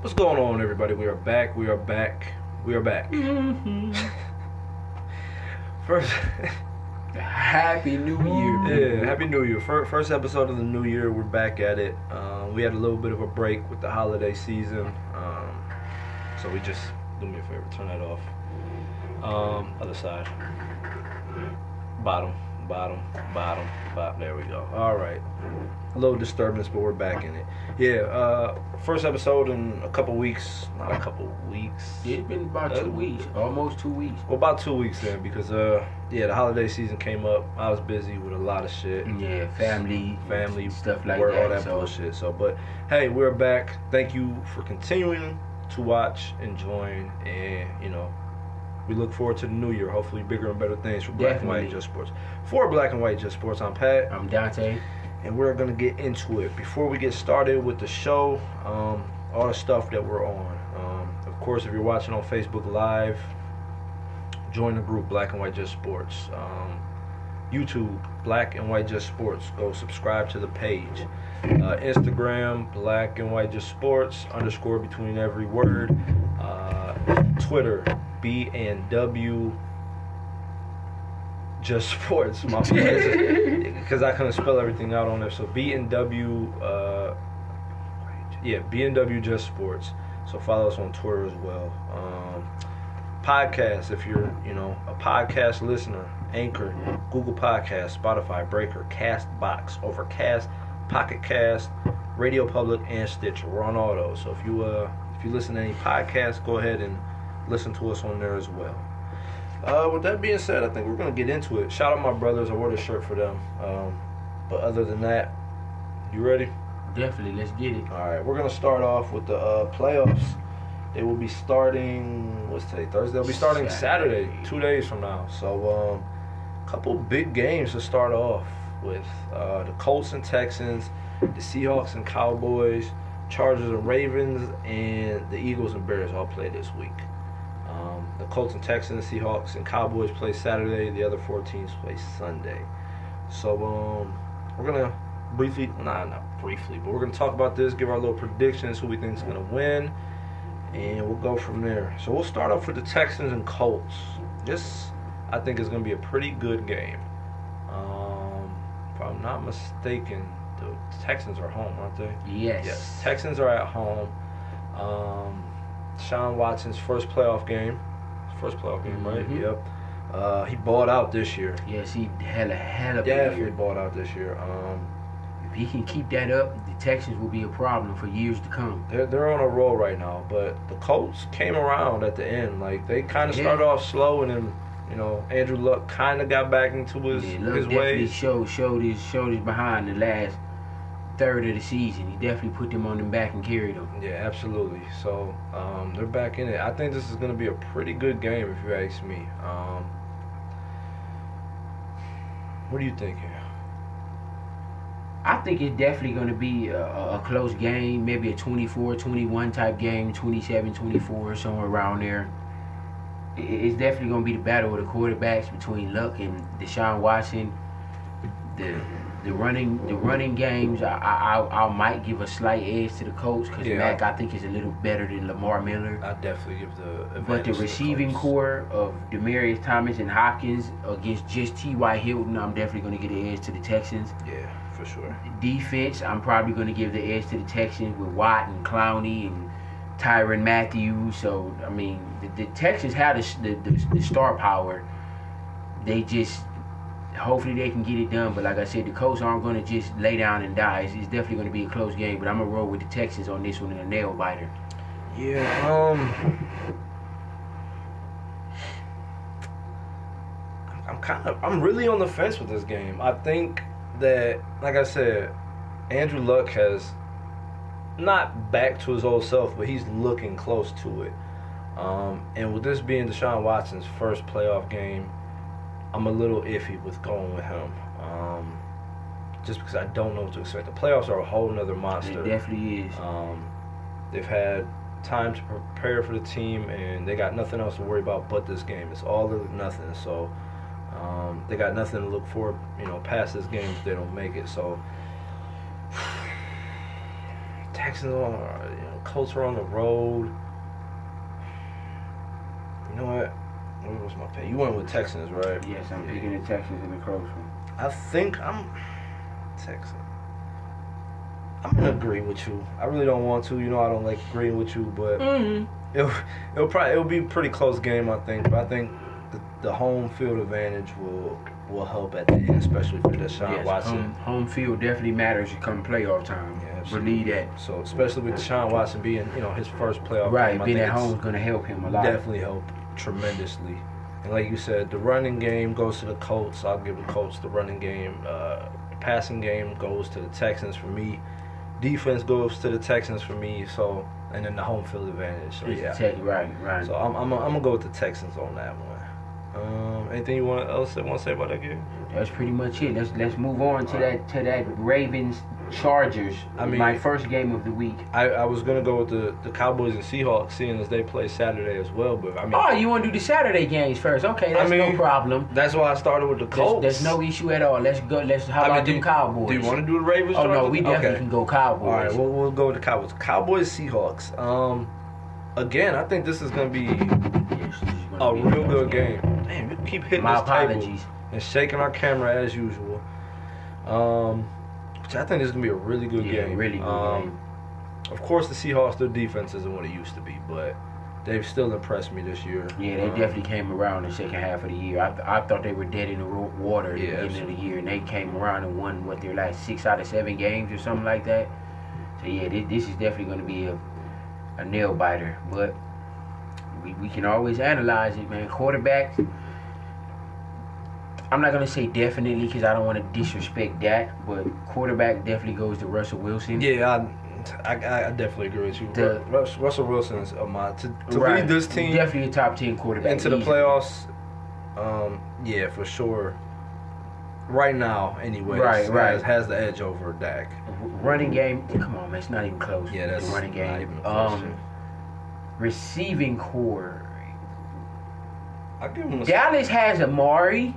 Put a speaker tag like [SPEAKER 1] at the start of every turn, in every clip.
[SPEAKER 1] What's going on, everybody? We are back. We are back. We are back. First,
[SPEAKER 2] Happy New Year.
[SPEAKER 1] yeah, Happy New Year. First, first episode of the new year. We're back at it. Um, we had a little bit of a break with the holiday season, um, so we just do me a favor, turn that off. Um, other side, bottom, bottom, bottom, bottom. There we go. All right. A little disturbance, but we're back in it. Yeah. Uh, first episode in a couple weeks. Not a couple weeks.
[SPEAKER 2] It's been about two weeks, almost two weeks.
[SPEAKER 1] Well, about two weeks in because uh, yeah, the holiday season came up. I was busy with a lot of shit,
[SPEAKER 2] Yeah, family,
[SPEAKER 1] family
[SPEAKER 2] stuff like
[SPEAKER 1] work,
[SPEAKER 2] that.
[SPEAKER 1] all that
[SPEAKER 2] so
[SPEAKER 1] bullshit. So, but hey, we're back. Thank you for continuing to watch and join, and you know, we look forward to the new year. Hopefully, bigger and better things for Black and
[SPEAKER 2] Definitely.
[SPEAKER 1] White Just Sports. For Black and White Just Sports, I'm Pat
[SPEAKER 2] I'm Dante.
[SPEAKER 1] and we're gonna get into it. Before we get started with the show, um, all the stuff that we're on. Um, of course, if you're watching on Facebook Live, join the group Black and White Just Sports. Um, YouTube Black and White Just Sports. Go subscribe to the page. Uh, Instagram Black and White Just Sports underscore between every word. Uh, Twitter B and W just sports. My because I couldn't spell everything out on there. So B and W, uh, yeah, B and W just sports. So follow us on Twitter as well. Um, podcast if you're you know a podcast listener, Anchor, Google Podcast, Spotify, Breaker, Castbox, Overcast, Pocket Cast, Radio Public, and Stitcher. We're on all those. So if you uh if you listen to any podcasts, go ahead and listen to us on there as well. Uh, with that being said, I think we're gonna get into it. Shout out my brothers. I wore this shirt for them. Um, but other than that, you ready?
[SPEAKER 2] Definitely, let's get it.
[SPEAKER 1] All right, we're gonna start off with the uh, playoffs. They will be starting. What's today? Thursday. They'll be starting Saturday,
[SPEAKER 2] Saturday.
[SPEAKER 1] two days from now. So, um, couple big games to start off with: uh, the Colts and Texans, the Seahawks and Cowboys, Chargers and Ravens, and the Eagles and Bears all play this week. Um, the Colts and Texans, Seahawks and Cowboys play Saturday. The other four teams play Sunday. So, um, we're gonna briefly, nah, not briefly, but we're gonna talk about this, give our little predictions, who we think is gonna win, and we'll go from there. So we'll start off with the Texans and Colts. This, I think, is gonna be a pretty good game. Um, if I'm not mistaken, the Texans are home, aren't they?
[SPEAKER 2] Yes.
[SPEAKER 1] Texans are at home. Um, Sean Watson's first playoff game. First playoff game, right?
[SPEAKER 2] Mhm.
[SPEAKER 1] Yep. Uh, he balled out this year.
[SPEAKER 2] Yes, he had a hell of a
[SPEAKER 1] Definitely
[SPEAKER 2] year.
[SPEAKER 1] balled out this year. Um,
[SPEAKER 2] If he can keep that up, the Texans will be a problem for years to come.
[SPEAKER 1] They're, they're on a roll right now, but the Colts came around at the end. Like they kind of
[SPEAKER 2] Yeah.
[SPEAKER 1] started off slow, and then you know Andrew Luck kind of got back into his
[SPEAKER 2] yeah,
[SPEAKER 1] his
[SPEAKER 2] Luck definitely
[SPEAKER 1] ways.
[SPEAKER 2] showed showed his showed his behind the last third of the season. He definitely put them on them back and carried them.
[SPEAKER 1] Yeah, absolutely. So um, they're back in it. I think this is going to be a pretty good game, if you ask me. Um, what do you think here?
[SPEAKER 2] I think it's definitely going to be a, a a close game, maybe a 24 21 type game, 27 24, somewhere around there. I- It's definitely going to be the battle of the quarterbacks between Luck and Deshaun Watson. The the running the running games, I I, I, I might give a slight edge to the Colts because
[SPEAKER 1] Yeah.
[SPEAKER 2] Mac I think is a little better than Lamar Miller.
[SPEAKER 1] I definitely give the advantage
[SPEAKER 2] But the
[SPEAKER 1] to
[SPEAKER 2] receiving
[SPEAKER 1] Colts.
[SPEAKER 2] core of Demarius Thomas and Hopkins against just T.Y. Hilton, I'm definitely going to get an edge to the Texans
[SPEAKER 1] Yeah, for sure.
[SPEAKER 2] defense, I'm probably going to give the edge to the Texans with Watt and Clowney and Tyron Matthews. So I mean, the, the Texans have the, s- the, the the star power. They just hopefully they can get it done. But like I said, the Colts aren't going to just lay down and die. It's, it's definitely going to be a close game. But I'm gonna roll with the Texans on this one in a nail biter.
[SPEAKER 1] Yeah. Um. I'm kind of. I'm really on the fence with this game. I think that, like I said, Andrew Luck has not back to his old self, but he's looking close to it. Um, and with this being Deshaun Watson's first playoff game, I'm a little iffy with going with him. Um, just because I don't know what to expect. The playoffs are a whole nother monster.
[SPEAKER 2] It definitely is.
[SPEAKER 1] Um, they've had time to prepare for the team, and they got nothing else to worry about but this game. It's all or nothing. So um, they got nothing to look for, you know, past this game if they don't make it. So Texans on, or, you know, Colts are on the road. You know what? What was my pick? You went with Texans, right?
[SPEAKER 2] Yes, I'm
[SPEAKER 1] Yeah.
[SPEAKER 2] picking the Texans and the Colts.
[SPEAKER 1] I think I'm Texan. I'm gonna agree with you. I really don't want to. You know, I don't like agreeing with you, but
[SPEAKER 2] Mm-hmm.
[SPEAKER 1] it'll, it'll probably it'll be a pretty close game, I think. But I think the, the home field advantage will will help at the end, especially for Deshaun
[SPEAKER 2] Yes, um,
[SPEAKER 1] Watson.
[SPEAKER 2] home, home field definitely matters come playoff time.
[SPEAKER 1] Yeah, absolutely.
[SPEAKER 2] Believe that.
[SPEAKER 1] So especially with Deshaun Watson being, you know, his first playoff
[SPEAKER 2] Right,
[SPEAKER 1] game, I
[SPEAKER 2] being
[SPEAKER 1] think
[SPEAKER 2] at
[SPEAKER 1] it's
[SPEAKER 2] home is going to help him a lot.
[SPEAKER 1] definitely help tremendously. And like you said, the running game goes to the Colts. I'll give the Colts the running game. Uh, the passing game goes to the Texans for me. Defense goes to the Texans for me. So and then the home field advantage. So
[SPEAKER 2] It's
[SPEAKER 1] yeah.
[SPEAKER 2] tech- right, right.
[SPEAKER 1] So I'm I'm I'm gonna go with the Texans on that one. Um, anything you want else that want to say about that game?
[SPEAKER 2] That's pretty much it. Let's let's move on to
[SPEAKER 1] Alright.
[SPEAKER 2] that to that Ravens Chargers.
[SPEAKER 1] I mean-
[SPEAKER 2] my first game of the week.
[SPEAKER 1] I, I was gonna go with the, the Cowboys and Seahawks, seeing as they play Saturday as well. But I mean,
[SPEAKER 2] Oh, you want to do the Saturday games first? Okay, that's
[SPEAKER 1] mean,
[SPEAKER 2] no problem.
[SPEAKER 1] That's why I started with the
[SPEAKER 2] There's,
[SPEAKER 1] Colts.
[SPEAKER 2] there's no issue at all. Let's go. Let's how
[SPEAKER 1] I mean,
[SPEAKER 2] about
[SPEAKER 1] do-
[SPEAKER 2] them Cowboys?
[SPEAKER 1] Do you want to do the Ravens?
[SPEAKER 2] Oh no,
[SPEAKER 1] Chargers?
[SPEAKER 2] we definitely
[SPEAKER 1] Okay.
[SPEAKER 2] can go
[SPEAKER 1] All right,
[SPEAKER 2] Cowboys.
[SPEAKER 1] we'll, we'll go with the Cowboys. Cowboys, Seahawks. Um, again, I think this is gonna be
[SPEAKER 2] Yes, this is gonna
[SPEAKER 1] a
[SPEAKER 2] be
[SPEAKER 1] real
[SPEAKER 2] close
[SPEAKER 1] good game. Damn, you keep hitting
[SPEAKER 2] My
[SPEAKER 1] this table
[SPEAKER 2] apologies.
[SPEAKER 1] and shaking our camera as usual. Um, which I think this is gonna be a really good
[SPEAKER 2] Yeah,
[SPEAKER 1] game.
[SPEAKER 2] really good
[SPEAKER 1] Um,
[SPEAKER 2] game.
[SPEAKER 1] Of course, the Seahawks, their defense isn't what it used to be, but they've still impressed me this year.
[SPEAKER 2] Yeah, they
[SPEAKER 1] Um,
[SPEAKER 2] definitely came around the second half of the year. I, th- I thought they were dead in the ro- water at
[SPEAKER 1] Yeah,
[SPEAKER 2] the beginning of the year, and they came around and won what their last six out of seven games or something like that. So yeah, this, this is definitely going to be a, a nail biter, but we, we can always analyze it, man. Quarterbacks. I'm not gonna say definitely because I don't want to disrespect that, but quarterback definitely goes to Russell Wilson.
[SPEAKER 1] Yeah, I, I, I definitely agree with you.
[SPEAKER 2] The-
[SPEAKER 1] Rus- Russell Wilson is a mod. To, to
[SPEAKER 2] Right.
[SPEAKER 1] lead this team
[SPEAKER 2] definitely a top ten quarterback
[SPEAKER 1] into the
[SPEAKER 2] easily.
[SPEAKER 1] playoffs, um, yeah, for sure. Right now, anyway,
[SPEAKER 2] Right, right.
[SPEAKER 1] has, has the edge over Dak.
[SPEAKER 2] Running game, come on, man, it's not even close.
[SPEAKER 1] Yeah, that's
[SPEAKER 2] the running game.
[SPEAKER 1] Not even a
[SPEAKER 2] um,
[SPEAKER 1] question.
[SPEAKER 2] receiving core.
[SPEAKER 1] I give him a
[SPEAKER 2] Dallas has Amari,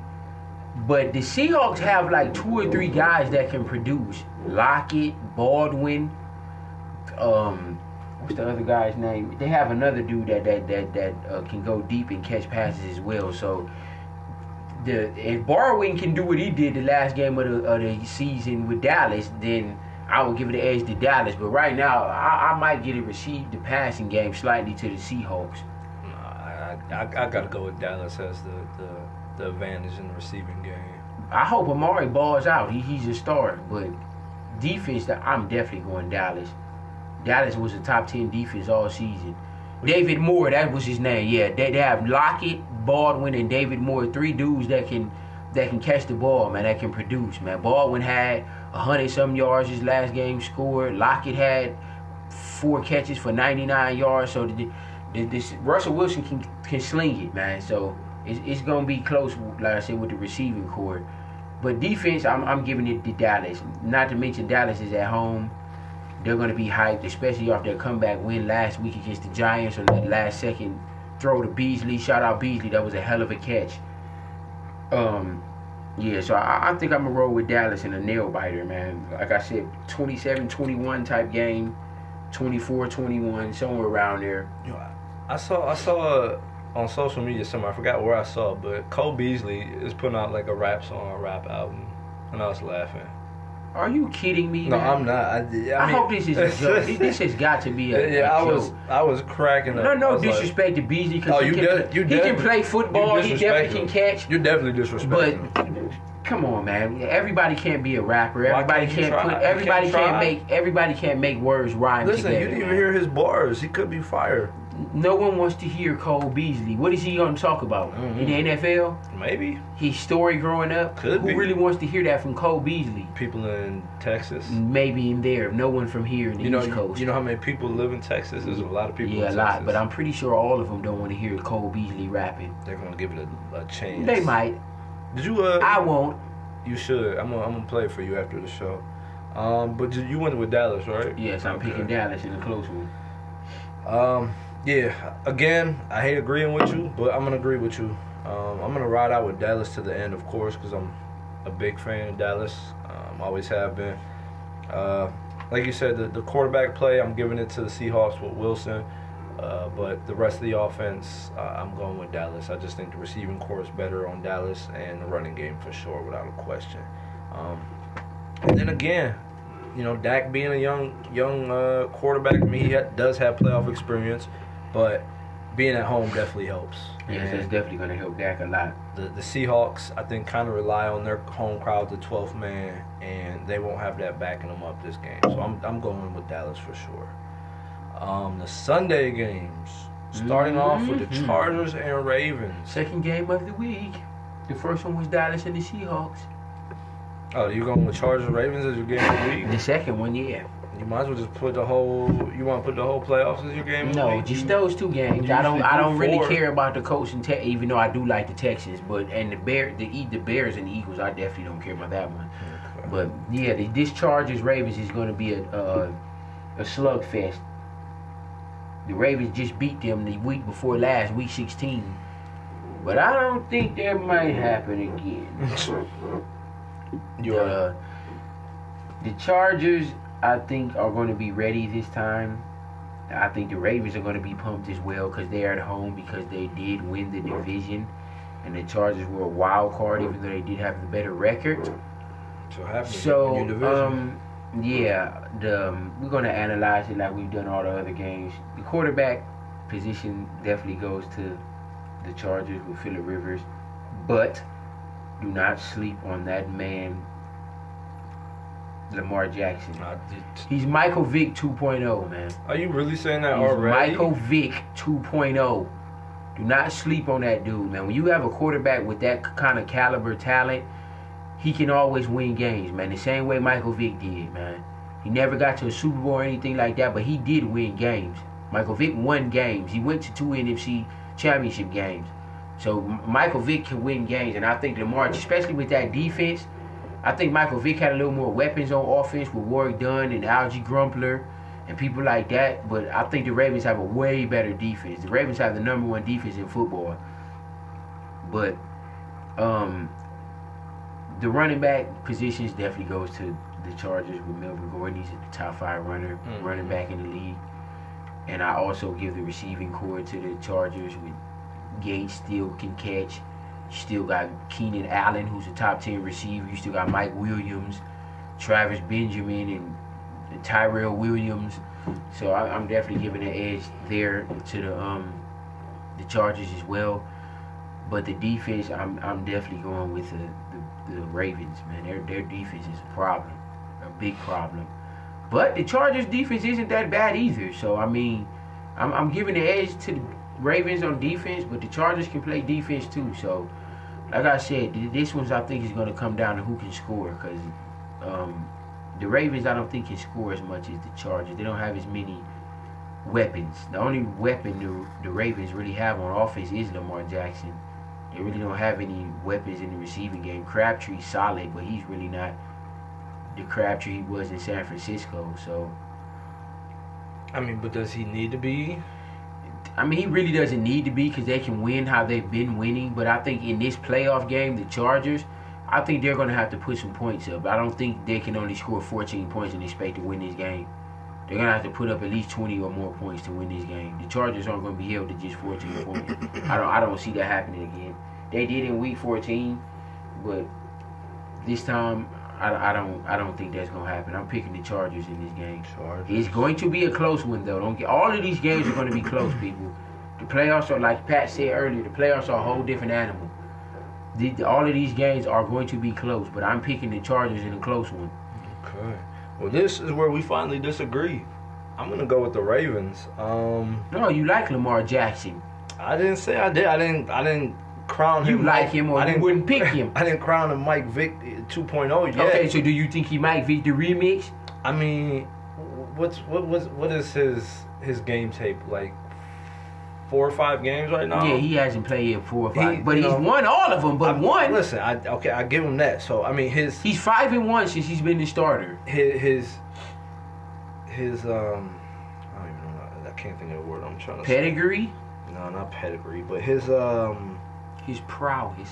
[SPEAKER 2] but the Seahawks have like two or three guys that can produce. Lockett, Baldwin, um, what's the other guy's name? They have another dude that that that that uh, can go deep and catch passes as well. So. The, if Barwin can do what he did the last game of the, of the season with Dallas, then I would give it the edge to Dallas. But right now, I, I might get it received the passing game slightly to the Seahawks.
[SPEAKER 1] Nah, I, I, I gotta go with Dallas as the, the, the advantage in the receiving game.
[SPEAKER 2] I hope Amari balls out. He, he's a star, but defense that I'm definitely going Dallas. Dallas was a top ten defense all season. David Moore, that was his name. Yeah, they, they have Lockett, Baldwin, and David Moore, three dudes that can that can catch the ball, man. That can produce, man. Baldwin had hundred some yards his last game scored. Lockett had four catches for 99 yards. So the, the, this Russell Wilson can can sling it, man. So it's, it's gonna be close, like I said, with the receiving core. But defense, I'm I'm giving it to Dallas. Not to mention Dallas is at home. They're gonna be hyped, especially off their comeback win last week against the Giants on that last second throw to Beasley. Shout out Beasley, that was a hell of a catch. Um. Yeah, so I, I think I'm gonna roll with Dallas in a nail biter, man. Like I said, 27-21 type game. 24, 21, somewhere around there.
[SPEAKER 1] You know, I, I saw I saw uh, on social media somewhere. I forgot where I saw, but Cole Beasley is putting out like a rap song, a rap album, and I was laughing.
[SPEAKER 2] Are you kidding me?
[SPEAKER 1] No,
[SPEAKER 2] man?
[SPEAKER 1] I'm not. I, I, mean,
[SPEAKER 2] I, hope this is a joke. This- this has got to be a,
[SPEAKER 1] yeah,
[SPEAKER 2] a
[SPEAKER 1] I
[SPEAKER 2] joke.
[SPEAKER 1] was I was cracking up.
[SPEAKER 2] no,
[SPEAKER 1] I
[SPEAKER 2] no
[SPEAKER 1] was like,
[SPEAKER 2] disrespect to Beasley because
[SPEAKER 1] Oh,
[SPEAKER 2] he,
[SPEAKER 1] you
[SPEAKER 2] can,
[SPEAKER 1] did- you
[SPEAKER 2] he can
[SPEAKER 1] did-
[SPEAKER 2] play football.
[SPEAKER 1] you
[SPEAKER 2] He definitely can
[SPEAKER 1] disrespecting
[SPEAKER 2] catch.
[SPEAKER 1] You're definitely disrespecting.
[SPEAKER 2] But
[SPEAKER 1] him.
[SPEAKER 2] come on, man. Everybody can't be a rapper.
[SPEAKER 1] Why
[SPEAKER 2] Everybody
[SPEAKER 1] can't you
[SPEAKER 2] can't,
[SPEAKER 1] try?
[SPEAKER 2] put.
[SPEAKER 1] You can't
[SPEAKER 2] Everybody can't,
[SPEAKER 1] try?
[SPEAKER 2] make. Everybody can't make words rhyme
[SPEAKER 1] listen,
[SPEAKER 2] together.
[SPEAKER 1] you didn't even
[SPEAKER 2] man.
[SPEAKER 1] hear his bars. He could be fired.
[SPEAKER 2] No one wants to hear Cole Beasley. What is he going to talk about
[SPEAKER 1] Mhm.
[SPEAKER 2] in the NFL?
[SPEAKER 1] Maybe
[SPEAKER 2] His story growing up.
[SPEAKER 1] Could
[SPEAKER 2] Who
[SPEAKER 1] be.
[SPEAKER 2] really wants to hear that from Cole Beasley?
[SPEAKER 1] people in Texas.
[SPEAKER 2] Maybe in there. No one from here in the
[SPEAKER 1] You know,
[SPEAKER 2] Mm, East Coast.
[SPEAKER 1] you know how many people live in Texas. There's a lot of people.
[SPEAKER 2] Yeah, a
[SPEAKER 1] in
[SPEAKER 2] lot,
[SPEAKER 1] Texas.
[SPEAKER 2] but I'm pretty sure all of them don't want to hear Cole Beasley rapping.
[SPEAKER 1] They're gonna give it a, a chance.
[SPEAKER 2] They might.
[SPEAKER 1] Did you? Uh,
[SPEAKER 2] I won't.
[SPEAKER 1] You should. I'm gonna, I'm gonna play it for you after the show. Um, but you, you went with Dallas, right?
[SPEAKER 2] Yes, I'm
[SPEAKER 1] Okay.
[SPEAKER 2] picking Dallas in a close one.
[SPEAKER 1] Um, yeah. Again, I hate agreeing with you, but I'm gonna agree with you. Um, I'm gonna ride out with Dallas to the end, of course, because I'm a big fan of Dallas. Um, always have been. Uh, like you said, the, the quarterback play, I'm giving it to the Seahawks with Wilson. Uh, but the rest of the offense, uh, I'm going with Dallas. I just think the receiving core is better on Dallas and the running game for sure, without a question. Um, and then again, you know, Dak being a young young uh, quarterback, I mean, he ha- does have playoff experience, but being at home definitely helps.
[SPEAKER 2] Yes,
[SPEAKER 1] And
[SPEAKER 2] that's definitely going to help Dak a lot.
[SPEAKER 1] the, the Seahawks, I think, kind of rely on their home crowd, the 12th man, and they won't have that backing them up this game. So I'm, I'm going with Dallas for sure. Um, the Sunday games, starting off with the
[SPEAKER 2] Mhm.
[SPEAKER 1] Chargers and Ravens.
[SPEAKER 2] Second game of the week. The first one was Dallas and the Seahawks.
[SPEAKER 1] Oh, you going with Chargers and Ravens as your game of the
[SPEAKER 2] The
[SPEAKER 1] week?
[SPEAKER 2] second one, yeah.
[SPEAKER 1] You might as well just put the whole. You want to put the whole playoffs as your game of the
[SPEAKER 2] No,
[SPEAKER 1] week?
[SPEAKER 2] just those two games.
[SPEAKER 1] you
[SPEAKER 2] I don't.
[SPEAKER 1] should
[SPEAKER 2] I
[SPEAKER 1] do
[SPEAKER 2] don't really
[SPEAKER 1] four.
[SPEAKER 2] care about the Colts and Tex, even though I do like the Texans, but and the Bear, the E- the Bears and the Eagles, I definitely don't care about that one.
[SPEAKER 1] Okay.
[SPEAKER 2] But yeah, the, this Chargers Ravens is going to be a, a a slugfest. The Ravens just beat them the week before last, week 16. But I don't think that might happen again.
[SPEAKER 1] You're
[SPEAKER 2] Uh, the Chargers, I think, are going to be ready this time. I think the Ravens are going to be pumped as well because they are at home because they did win the division. And the Chargers were a wild card, even though they did have the better record.
[SPEAKER 1] so happy
[SPEAKER 2] So,
[SPEAKER 1] in your division.
[SPEAKER 2] um, yeah, the, um, we're going to analyze it like we've done all the other games. The quarterback position definitely goes to the Chargers with Phillip Rivers, but do not sleep on that man, Lamar Jackson.
[SPEAKER 1] I did-
[SPEAKER 2] He's Michael Vick 2.0, man. He's
[SPEAKER 1] are you really saying that already?
[SPEAKER 2] Michael Vick 2.0. Do not sleep on that dude, man. When you have a quarterback with that kind of caliber talent, he can always win games, man. The same way Michael Vick did, man. He never got to a Super Bowl or anything like that, but he did win games. Michael Vick won games. He went to two NFC championship games. So M- Michael Vick can win games, and I think Lamar, especially with that defense, I think Michael Vick had a little more weapons on offense with Warwick Dunn and Algie Grumpler and people like that. But I think the Ravens have a way better defense. The Ravens have the number one defense in football. But um, the running back positions definitely goes to the Chargers with Melvin Gordon. He's a top five runner,
[SPEAKER 1] Mhm.
[SPEAKER 2] running back in the league. And I also give the receiving core to the Chargers with Gates still can catch. You still got Keenan Allen, who's a top ten receiver. You still got Mike Williams, Travis Benjamin, and Tyrell Williams. So I, I'm definitely giving an edge there to the um the Chargers as well. But the defense, I'm I'm definitely going with the the, the Ravens, man. Their their defense is a problem, a big problem. But the Chargers defense isn't that bad either. So I mean, I'm I'm giving the edge to the Ravens on defense, but the Chargers can play defense too. So, like I said, th- this one's I think is going to come down to who can score because um, the Ravens I don't think can score as much as the Chargers. They don't have as many weapons. The only weapon the, the Ravens really have on offense is Lamar Jackson. They really don't have any weapons in the receiving game. Crabtree's solid, but he's really not the Crabtree he was in San Francisco. So,
[SPEAKER 1] I mean, but does he need to be?
[SPEAKER 2] I mean, he really doesn't need to be because they can win how they've been winning. But I think in this playoff game, the Chargers, I think they're going to have to put some points up. I don't think they can only score 14 points and expect to win this game. They're going to have to put up at least 20 or more points to win this game. The Chargers aren't going to be held to just 14 points. I don't, I don't see that happening again. They did in Week 14, but this time. I, I don't I don't think that's gonna happen. I'm picking the Chargers in this game.
[SPEAKER 1] Chargers.
[SPEAKER 2] It's going to be a close one though. Don't get all of these games are going to be close, people. The playoffs are like Pat said earlier. The playoffs are a whole different animal. The, the- all of these games are going to be close, but I'm picking the Chargers in a close one.
[SPEAKER 1] Okay. Well, this is where we finally disagree. I'm gonna go with the Ravens. Um,
[SPEAKER 2] No, you like Lamar Jackson.
[SPEAKER 1] I didn't say I did. I didn't. I didn't crown
[SPEAKER 2] You
[SPEAKER 1] him.
[SPEAKER 2] like him or
[SPEAKER 1] I
[SPEAKER 2] you
[SPEAKER 1] didn't-
[SPEAKER 2] wouldn't pick him.
[SPEAKER 1] I didn't crown him Mike Vick 2.0 yet.
[SPEAKER 2] Okay, so do you think he might beat the remix?
[SPEAKER 1] I mean, wh- what's what was what is his his game tape like? Four or five games right now.
[SPEAKER 2] Yeah, he hasn't played in four or five,
[SPEAKER 1] He-
[SPEAKER 2] but
[SPEAKER 1] you
[SPEAKER 2] he's
[SPEAKER 1] know,
[SPEAKER 2] won all of them. But
[SPEAKER 1] I-
[SPEAKER 2] one,
[SPEAKER 1] Listen, I okay. I give him that. So I mean, his
[SPEAKER 2] he's five and one since he's been the starter.
[SPEAKER 1] his his, his um. I don't even know. I can't think of the word I'm trying to say.
[SPEAKER 2] Pedigree,
[SPEAKER 1] No, not pedigree, but his um.
[SPEAKER 2] his prowess.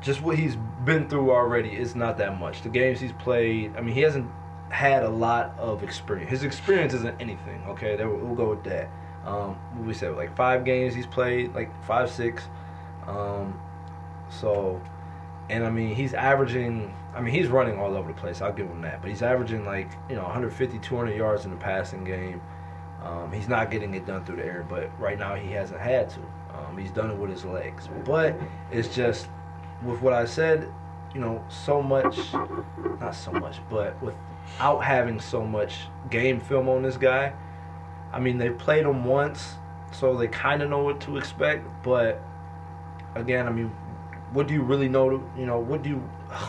[SPEAKER 1] just what he's been through already is not that much. The games he's played, I mean, he hasn't had a lot of experience. His experience isn't anything. Okay, there, we'll go with that. Um, what we said like five games he's played, like five six. Um, so, and I mean he's averaging. I mean he's running all over the place. I'll give him that. But he's averaging like you know 150, 200 yards in the passing game. Um, he's not getting it done through the air, but right now he hasn't had to. Um, he's done it with his legs. But it's just with what I said, you know, so much, not so much, but without having so much game film on this guy, I mean, they played him once, so they kind of know what to expect. But again, I mean, what do you really know? To, you know, what do you. Ugh,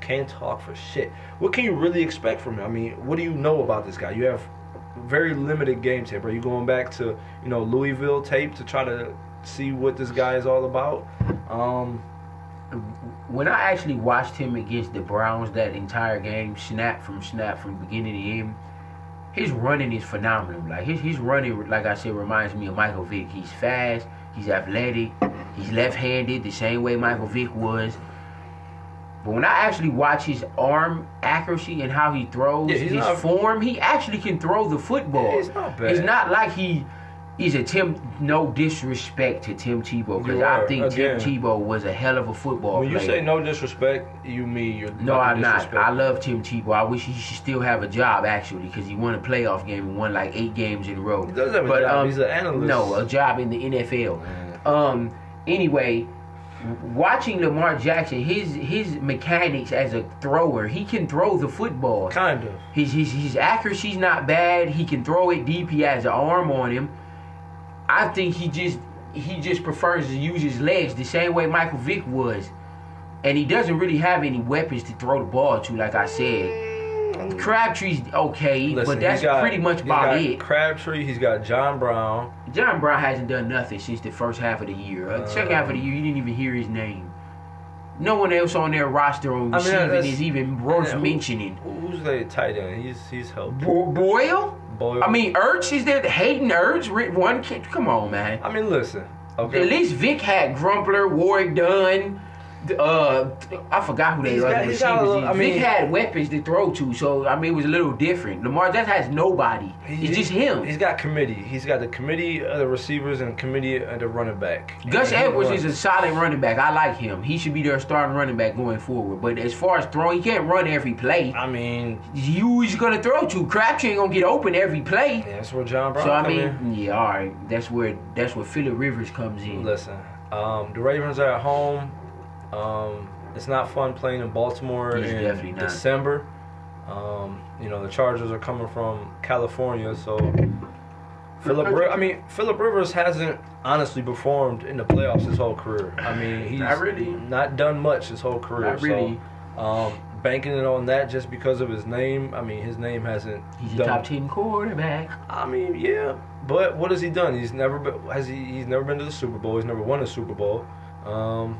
[SPEAKER 1] can't talk for shit. What can you really expect from him? I mean, what do you know about this guy? You have very limited game tape. Are you going back to you know Louisville tape to try to see what this guy is all about? Um,
[SPEAKER 2] when I actually watched him against the Browns that entire game, snap from snap from beginning to end, his running is phenomenal. Like his his running, like I said, reminds me of Michael Vick. He's fast, he's athletic, he's left-handed, the same way Michael Vick was. But when I actually watch his arm accuracy and how he throws,
[SPEAKER 1] Yeah, he's
[SPEAKER 2] his
[SPEAKER 1] not-
[SPEAKER 2] form, he actually can throw the football.
[SPEAKER 1] Yeah, it's not bad.
[SPEAKER 2] It's not like he is a Tim. No disrespect to Tim Tebow, because
[SPEAKER 1] You
[SPEAKER 2] I
[SPEAKER 1] are,
[SPEAKER 2] think
[SPEAKER 1] again.
[SPEAKER 2] Tim Tebow was a hell of a football
[SPEAKER 1] when Oh, you
[SPEAKER 2] player.
[SPEAKER 1] say no disrespect, you mean you're
[SPEAKER 2] No, I'm not.
[SPEAKER 1] disrespect.
[SPEAKER 2] I love Tim Tebow. I wish he should still have a job actually, because he won a playoff game and won like eight games in a row.
[SPEAKER 1] He does have a
[SPEAKER 2] But,
[SPEAKER 1] job.
[SPEAKER 2] um,
[SPEAKER 1] He's an analyst.
[SPEAKER 2] No, a job in the NFL. Um. Anyway, watching Lamar Jackson, his his mechanics as a thrower, he can throw the football.
[SPEAKER 1] kind of.
[SPEAKER 2] His his his accuracy's not bad. He can throw it deep. He has an arm on him. I think he just he just prefers to use his legs the same way Michael Vick was. And he doesn't really have any weapons to throw the ball to, like I said. Crabtree's okay,
[SPEAKER 1] Listen,
[SPEAKER 2] but that's
[SPEAKER 1] he's got-
[SPEAKER 2] pretty much
[SPEAKER 1] he's
[SPEAKER 2] about
[SPEAKER 1] got
[SPEAKER 2] it.
[SPEAKER 1] Crabtree, he's got John Brown.
[SPEAKER 2] John Brown hasn't done nothing since the first half of the year. Uh, second half of the year, you didn't even hear his name. No one else on their roster on
[SPEAKER 1] I mean,
[SPEAKER 2] receiving
[SPEAKER 1] that's-
[SPEAKER 2] is even worth
[SPEAKER 1] Yeah, who-
[SPEAKER 2] mentioning.
[SPEAKER 1] Who's their tight end? He's he's helped.
[SPEAKER 2] Bo- Boyle?
[SPEAKER 1] Boyle.
[SPEAKER 2] I mean, Urch is there. Hayden Urch, Rick- one kid. Come on, man.
[SPEAKER 1] I mean, listen. Okay.
[SPEAKER 2] At least Vic had Grumpler, Warwick Dunn. th- Uh, I forgot who they
[SPEAKER 1] He's
[SPEAKER 2] other
[SPEAKER 1] got- he's
[SPEAKER 2] receivers.
[SPEAKER 1] got a
[SPEAKER 2] is.
[SPEAKER 1] little- I mean-
[SPEAKER 2] Vic had weapons to throw to, so I mean, it was a little different. Lamar Jackson has nobody.
[SPEAKER 1] He-
[SPEAKER 2] it's just
[SPEAKER 1] he-
[SPEAKER 2] him.
[SPEAKER 1] He's got committee. He's got the committee of the receivers and committee of the running back.
[SPEAKER 2] Gus
[SPEAKER 1] And he
[SPEAKER 2] Edwards
[SPEAKER 1] runs.
[SPEAKER 2] is a solid running back. I like him. He should be their starting running back going forward. But as far as throwing, he can't run every play.
[SPEAKER 1] I mean,
[SPEAKER 2] You is gonna throw to Crabtree ain't gonna get open every play.
[SPEAKER 1] yeah, that's where John Brown.
[SPEAKER 2] So I
[SPEAKER 1] come in.
[SPEAKER 2] mean, yeah, all right. That's where that's where Phillip Rivers comes in.
[SPEAKER 1] Listen, um, the Ravens are at home. Um, it's not fun playing in Baltimore
[SPEAKER 2] It's definitely
[SPEAKER 1] in
[SPEAKER 2] not.
[SPEAKER 1] December. Um, you know the Chargers are coming from California, so Philip. Ri- I mean, Philip Rivers hasn't honestly performed in the playoffs his whole career. I mean, he's
[SPEAKER 2] Not really.
[SPEAKER 1] not done much his whole career.
[SPEAKER 2] Not really.
[SPEAKER 1] So, um, banking it on that just because of his name. I mean, his name hasn't.
[SPEAKER 2] He's a
[SPEAKER 1] done
[SPEAKER 2] top ten quarterback.
[SPEAKER 1] I mean, yeah, but what has he done? He's never been has he? He's never been to the Super Bowl. He's never won a Super Bowl. Um,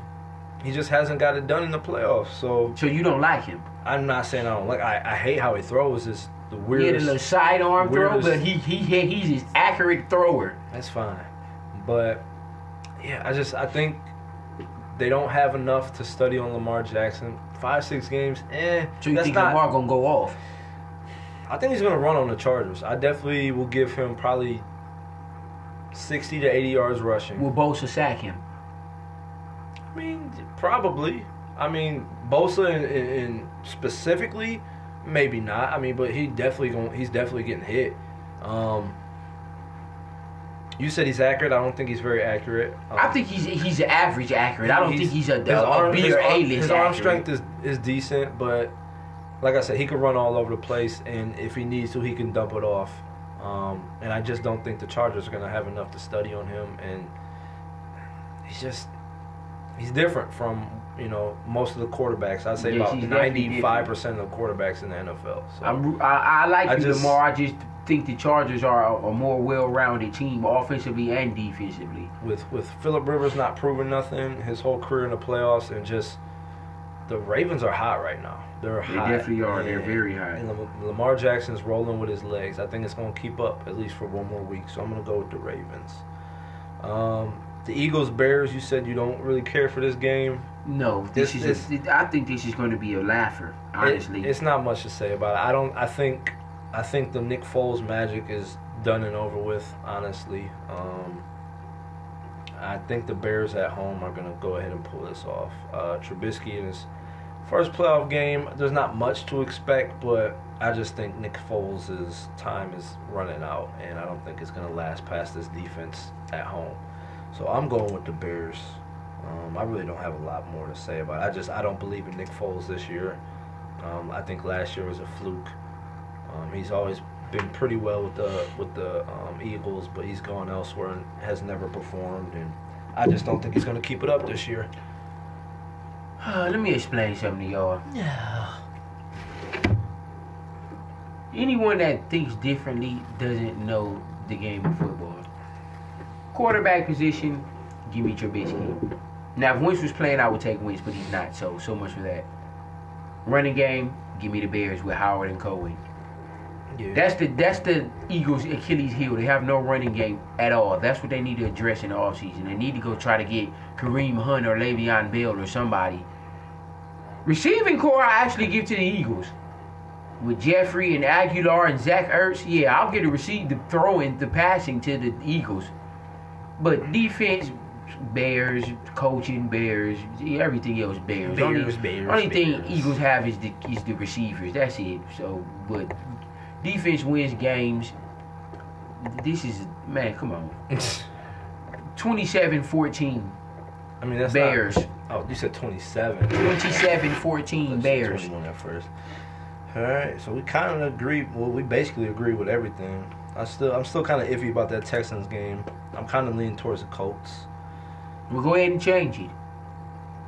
[SPEAKER 1] he just hasn't got it done in the playoffs. So
[SPEAKER 2] So you don't like him?
[SPEAKER 1] I'm not saying I don't like. I, I hate how he throws. It's the
[SPEAKER 2] He had a
[SPEAKER 1] weirdest.
[SPEAKER 2] little sidearm throw,
[SPEAKER 1] weirdest-
[SPEAKER 2] but he he he- he's his accurate thrower.
[SPEAKER 1] That's fine, but yeah, I just I think they don't have enough to study on Lamar Jackson. Five six games, eh?
[SPEAKER 2] So you
[SPEAKER 1] that's
[SPEAKER 2] think
[SPEAKER 1] not.
[SPEAKER 2] Lamar gonna go off?
[SPEAKER 1] I think he's gonna run on the Chargers. I definitely will give him probably sixty to eighty yards rushing.
[SPEAKER 2] Will Bosa sack him?
[SPEAKER 1] I mean, probably. I mean, Bosa and, and, and specifically, maybe not. I mean, but he definitely going. He's definitely getting hit. Um, you said he's accurate. I don't think he's very accurate. Um,
[SPEAKER 2] I think he's he's average accurate. I don't think he's a, a, a B
[SPEAKER 1] his
[SPEAKER 2] or
[SPEAKER 1] arm-
[SPEAKER 2] A list.
[SPEAKER 1] His arm
[SPEAKER 2] accurate.
[SPEAKER 1] strength is is decent, but like I said, he can run all over the place, and if he needs to, he can dump it off. Um, and I just don't think the Chargers are going to have enough to study on him, and he's just he's different from you know most of the quarterbacks. I'd say
[SPEAKER 2] Yes,
[SPEAKER 1] about
[SPEAKER 2] he's definitely
[SPEAKER 1] ninety five percent of the quarterbacks in the NFL. So
[SPEAKER 2] I'm, I, I like
[SPEAKER 1] I
[SPEAKER 2] you,
[SPEAKER 1] just-
[SPEAKER 2] Lamar. I just think the Chargers are a, a more well-rounded team, offensively and defensively.
[SPEAKER 1] with with Philip Rivers not proving nothing, his whole career in the playoffs, and just the Ravens are hot right now. They're
[SPEAKER 2] They
[SPEAKER 1] hot.
[SPEAKER 2] definitely are. They're
[SPEAKER 1] and-
[SPEAKER 2] very high.
[SPEAKER 1] And Lam- Lamar Jackson's rolling with his legs. I think it's going to keep up at least for one more week. So I'm going to go with the Ravens. Um, the Eagles Bears. You said you don't really care for this game.
[SPEAKER 2] No, this,
[SPEAKER 1] This-
[SPEAKER 2] is. a- I think this is going to be a laugher. Honestly,
[SPEAKER 1] It- it's not much to say about it. I don't. I think, I think the Nick Foles magic is done and over with. Honestly, um, I think the Bears at home are gonna go ahead and pull this off. Uh, Trubisky in his first playoff game. There's not much to expect, but I just think Nick Foles' time is running out, and I don't think it's gonna last past this defense at home. So I'm going with the Bears. Um, I really don't have a lot more to say about it. I just I don't believe in Nick Foles this year. Um, I think last year was a fluke. Um, he's always been pretty well with the with the um, Eagles, but he's gone elsewhere and has never performed. And I just don't think he's going to keep it up this year.
[SPEAKER 2] let me explain something to y'all.
[SPEAKER 1] Yeah.
[SPEAKER 2] Anyone that thinks differently doesn't know the game of football. Quarterback position, give me Trubisky. Now, if Wentz was playing, I would take Wentz, but he's not, so so much for that. Running game, give me the Bears with Howard and Cohen.
[SPEAKER 1] Yeah.
[SPEAKER 2] That's the that's the Eagles' Achilles heel. They have no running game at all. That's what they need to address in the offseason. They need to go try to get Kareem Hunt or Le'Veon Bell or somebody. Receiving core, I actually give to the Eagles. With Jeffrey and Aguilar and Zach Ertz, yeah, I'll get a receive the throwing, the passing to the Eagles. But defense, Bears, coaching Bears, everything else Bears.
[SPEAKER 1] Bears,
[SPEAKER 2] only,
[SPEAKER 1] Bears,
[SPEAKER 2] only
[SPEAKER 1] Bears.
[SPEAKER 2] thing Eagles have is the is the receivers. That's it. So, but defense wins games. This is man, come on. 27-14
[SPEAKER 1] I mean that's not-
[SPEAKER 2] Bears.
[SPEAKER 1] oh, you said 27.
[SPEAKER 2] 27-14 Bears.
[SPEAKER 1] 21 at first. All right, so we kind of agree. Well, we basically agree with everything. I still, I'm still kind of iffy about that Texans game. I'm kind of leaning towards the Colts,
[SPEAKER 2] We'll go ahead and change it.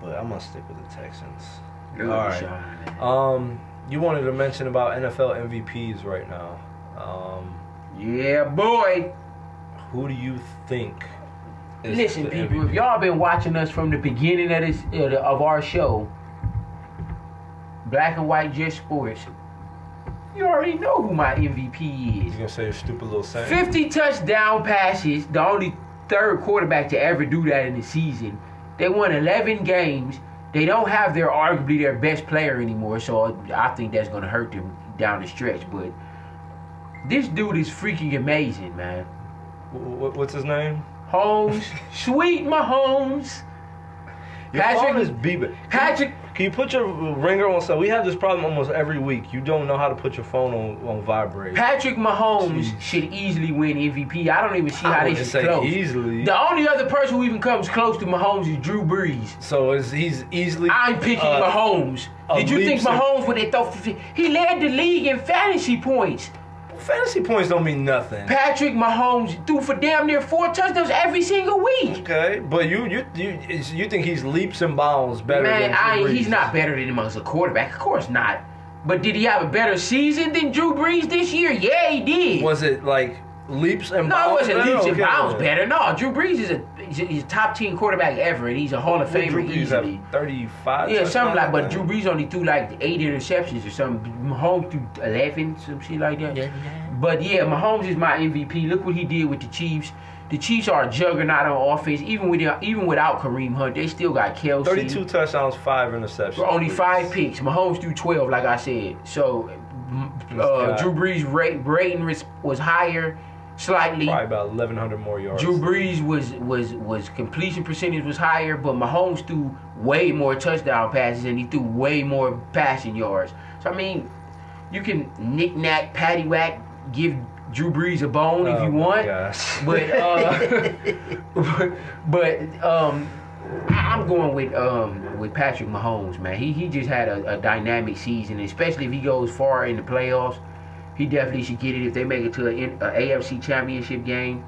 [SPEAKER 1] but I'm gonna stick with the Texans.
[SPEAKER 2] Good,
[SPEAKER 1] All right.
[SPEAKER 2] Sean, man.
[SPEAKER 1] Um, you wanted to mention about NFL MVPs right now. Um,
[SPEAKER 2] Yeah, boy.
[SPEAKER 1] who do you think? is
[SPEAKER 2] Listen,
[SPEAKER 1] the
[SPEAKER 2] people,
[SPEAKER 1] MVP?
[SPEAKER 2] if y'all been watching us from the beginning of this uh, the- of our show, Black and White Just Sports, you already know who my MVP
[SPEAKER 1] you
[SPEAKER 2] is.
[SPEAKER 1] gonna say your stupid little saying?
[SPEAKER 2] 50 touchdown passes, the only third quarterback to ever do that in the season. They won 11 games. They don't have their arguably their best player anymore, so I think that's going to hurt them down the stretch. But this dude is freaking amazing, man.
[SPEAKER 1] Wh- wh- what's his name?
[SPEAKER 2] Holmes, sweet Mahomes,
[SPEAKER 1] Your
[SPEAKER 2] Patrick-
[SPEAKER 1] phone is beeping.
[SPEAKER 2] Patrick.
[SPEAKER 1] Can you put your ringer on? So we have this problem almost every week. You don't know how to put your phone on on vibrate.
[SPEAKER 2] Patrick Mahomes
[SPEAKER 1] Jeez.
[SPEAKER 2] should easily win MVP. I don't even see
[SPEAKER 1] I
[SPEAKER 2] how
[SPEAKER 1] wouldn't
[SPEAKER 2] this is
[SPEAKER 1] say
[SPEAKER 2] close.
[SPEAKER 1] easily.
[SPEAKER 2] The only other person who even comes close to Mahomes is Drew Brees.
[SPEAKER 1] So is he's easily.
[SPEAKER 2] I'm picking
[SPEAKER 1] uh,
[SPEAKER 2] Mahomes.
[SPEAKER 1] a
[SPEAKER 2] Did you think
[SPEAKER 1] leaps and-
[SPEAKER 2] Mahomes would they throw? 50? He led the league in fantasy points.
[SPEAKER 1] Fantasy points don't mean nothing.
[SPEAKER 2] Patrick Mahomes threw for damn near four touchdowns every single week.
[SPEAKER 1] Okay, but you you you it's- you think he's leaps and bounds better than
[SPEAKER 2] Man,
[SPEAKER 1] Drew
[SPEAKER 2] I,
[SPEAKER 1] Brees.
[SPEAKER 2] he's not better than him as a quarterback. Of course not. But did he have a better season than Drew Brees this year? Yeah, he did.
[SPEAKER 1] Was it like leaps and
[SPEAKER 2] no, it
[SPEAKER 1] bounds?
[SPEAKER 2] wasn't
[SPEAKER 1] better?
[SPEAKER 2] leaps and
[SPEAKER 1] Okay.
[SPEAKER 2] bounds better. No, Drew Brees is a he's a, he's a top ten quarterback ever, and he's a Hall of
[SPEAKER 1] What Drew
[SPEAKER 2] Famer
[SPEAKER 1] Brees
[SPEAKER 2] easily.
[SPEAKER 1] have 35?
[SPEAKER 2] Yeah, something like. But
[SPEAKER 1] that?
[SPEAKER 2] Drew Brees only threw like eight interceptions or something. Mahomes threw eleven, some shit like that. But yeah, Mahomes is my MVP. Look what he did with the Chiefs. The Chiefs are a juggernaut on offense. Even with even without Kareem Hunt, they still got Kelsey.
[SPEAKER 1] 32 touchdowns, 5 interceptions.
[SPEAKER 2] For only five picks. Mahomes threw twelve, like I said. So uh,
[SPEAKER 1] God.
[SPEAKER 2] Drew Brees' rate rating was, was higher slightly.
[SPEAKER 1] Probably about 1,100 more yards.
[SPEAKER 2] Drew Brees was was was completion percentage was higher, but Mahomes threw way more touchdown passes and he threw way more passing yards. So I mean, you can knick knack, patty whack, give Drew Brees a bone if
[SPEAKER 1] Oh
[SPEAKER 2] you
[SPEAKER 1] my
[SPEAKER 2] want,
[SPEAKER 1] gosh.
[SPEAKER 2] but uh, but um, I- I'm going with um with Patrick Mahomes, man. He he just had a, a dynamic season, especially if he goes far in the playoffs. He definitely should get it if they make it to an AFC Championship game,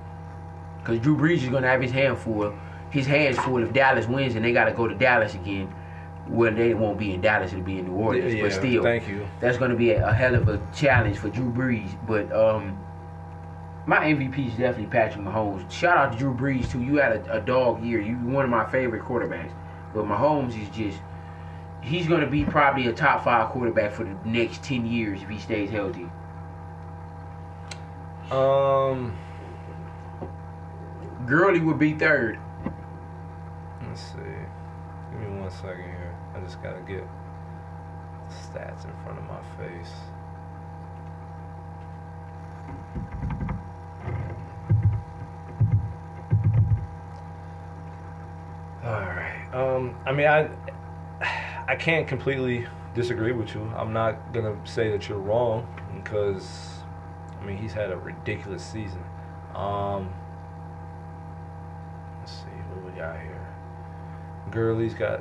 [SPEAKER 2] because Drew Brees is gonna have his hand full. His hands full if Dallas wins and they gotta go to Dallas again. Well, they won't be in Dallas; it'll be in New Orleans.
[SPEAKER 1] Yeah,
[SPEAKER 2] but still,
[SPEAKER 1] Thank you.
[SPEAKER 2] that's going to be a, a hell of a challenge for Drew Brees. But um, my MVP is definitely Patrick Mahomes. Shout out to Drew Brees too. You had a, a dog year. You one of my favorite quarterbacks. But Mahomes is just. He's going to be probably a top five quarterback for the next 10 years if he stays healthy.
[SPEAKER 1] Um,
[SPEAKER 2] Gurley would be third.
[SPEAKER 1] let's see. Give me one One second here. I just gotta get stats in front of my face. All right. Um, I mean, I I can't completely disagree with you. I'm not gonna say that you're wrong because I mean he's had a ridiculous season. Um, let's see what we got here. Gurley's got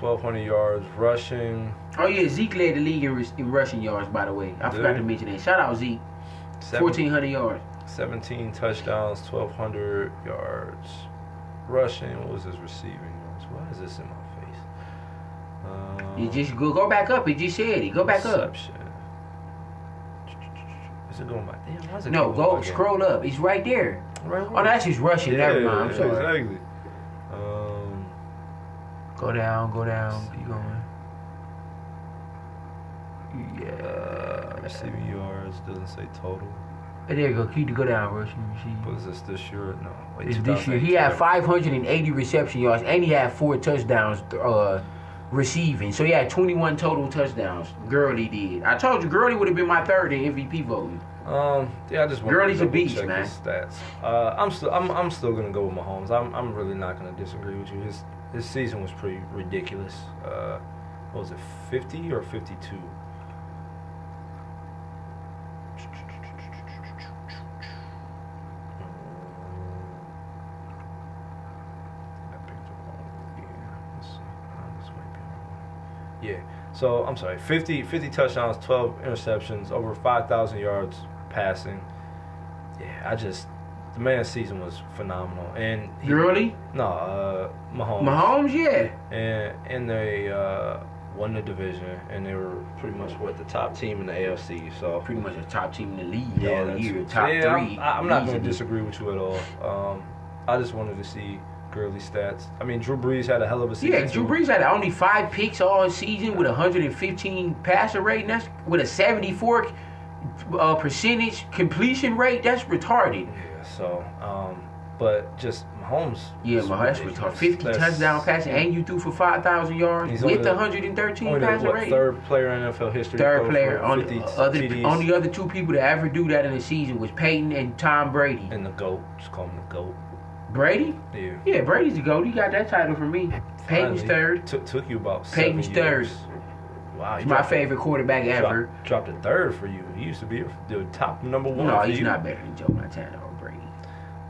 [SPEAKER 1] 1,200 yards rushing,
[SPEAKER 2] Oh yeah, Zeke led the league in, res- in rushing yards. By the way, I
[SPEAKER 1] Did
[SPEAKER 2] forgot
[SPEAKER 1] he?
[SPEAKER 2] to mention that. Shout out Zeke,
[SPEAKER 1] seven-
[SPEAKER 2] fourteen hundred yards.
[SPEAKER 1] 17 touchdowns, 1,200 yards rushing. What was his receiving yards? Why is this in my face? Um,
[SPEAKER 2] You just go go back up. He just said it. Go back up.
[SPEAKER 1] Reception. Is it going by? Damn, why is it
[SPEAKER 2] No,
[SPEAKER 1] going
[SPEAKER 2] go
[SPEAKER 1] by again?
[SPEAKER 2] scroll up. He's right there.
[SPEAKER 1] Right
[SPEAKER 2] Oh, that's his rushing. Never
[SPEAKER 1] Yeah,
[SPEAKER 2] mind. I'm sorry.
[SPEAKER 1] Exactly. Um,
[SPEAKER 2] Go down, go down. Keep going.
[SPEAKER 1] uh, receiving yards doesn't say total.
[SPEAKER 2] There you go. Keep go down, rushing machine.
[SPEAKER 1] But is this this year? No. Wait,
[SPEAKER 2] It's this year. He had 580 reception yards and he had four touchdowns uh, receiving. So he had 21 total touchdowns. Gurley did. I told you, Gurley would have been my third in MVP voting.
[SPEAKER 1] Um, yeah, I just want
[SPEAKER 2] Gurley's
[SPEAKER 1] to
[SPEAKER 2] a beast,
[SPEAKER 1] check
[SPEAKER 2] man.
[SPEAKER 1] his stats. Uh, I'm still, I'm, I'm still gonna go with Mahomes. I'm, I'm really not gonna disagree with you. His, his season was pretty ridiculous. Uh, what was it, 50 or 52? Uh, Yeah, so I'm sorry, 50, 50 touchdowns, 12 interceptions, over 5,000 yards passing. Yeah, I just, the man's season was phenomenal. And he,
[SPEAKER 2] Gurley?
[SPEAKER 1] No, uh, Mahomes.
[SPEAKER 2] Mahomes, yeah.
[SPEAKER 1] And, and they uh, won the division, and they were pretty much what the top team in the AFC. So
[SPEAKER 2] Pretty much a top team in the league all
[SPEAKER 1] that's-
[SPEAKER 2] year. Top
[SPEAKER 1] yeah,
[SPEAKER 2] three.
[SPEAKER 1] I'm, I- I'm not going to
[SPEAKER 2] easily.
[SPEAKER 1] disagree with you at all. Um, I just wanted to see Gurley stats. I mean, Drew Brees had a hell of a season.
[SPEAKER 2] Yeah, Drew
[SPEAKER 1] too.
[SPEAKER 2] Brees had only five picks all season with a 115 passer rate. And that's with a 74 uh, percentage completion rate. That's retarded.
[SPEAKER 1] Yeah, so, um, but just Mahomes.
[SPEAKER 2] Yeah,
[SPEAKER 1] is
[SPEAKER 2] my that's retarded.
[SPEAKER 1] ridiculous.
[SPEAKER 2] 50
[SPEAKER 1] That's
[SPEAKER 2] touchdown passing, and you threw for 5,000 yards
[SPEAKER 1] He's
[SPEAKER 2] with
[SPEAKER 1] only-
[SPEAKER 2] the 113
[SPEAKER 1] only the,
[SPEAKER 2] passer
[SPEAKER 1] what,
[SPEAKER 2] rate. Third,
[SPEAKER 1] third player in NFL history. to throw for
[SPEAKER 2] player. Only
[SPEAKER 1] 50
[SPEAKER 2] other,
[SPEAKER 1] TDs.
[SPEAKER 2] only other two people to ever do that in a season was Peyton and Tom Brady.
[SPEAKER 1] and the goat. Just call him the goat.
[SPEAKER 2] Brady?
[SPEAKER 1] Yeah.
[SPEAKER 2] Yeah, Brady's the GOAT. He got that title from me. Peyton's
[SPEAKER 1] Finally,
[SPEAKER 2] third.
[SPEAKER 1] Took took you about.
[SPEAKER 2] Peyton's
[SPEAKER 1] seven years. Wow,
[SPEAKER 2] He's
[SPEAKER 1] you
[SPEAKER 2] my
[SPEAKER 1] dropped-
[SPEAKER 2] favorite quarterback ever.
[SPEAKER 1] Dropped, dropped a third for you. He used to be the top number one.
[SPEAKER 2] No,
[SPEAKER 1] for
[SPEAKER 2] he's
[SPEAKER 1] you.
[SPEAKER 2] not better than Joe Montana or Brady.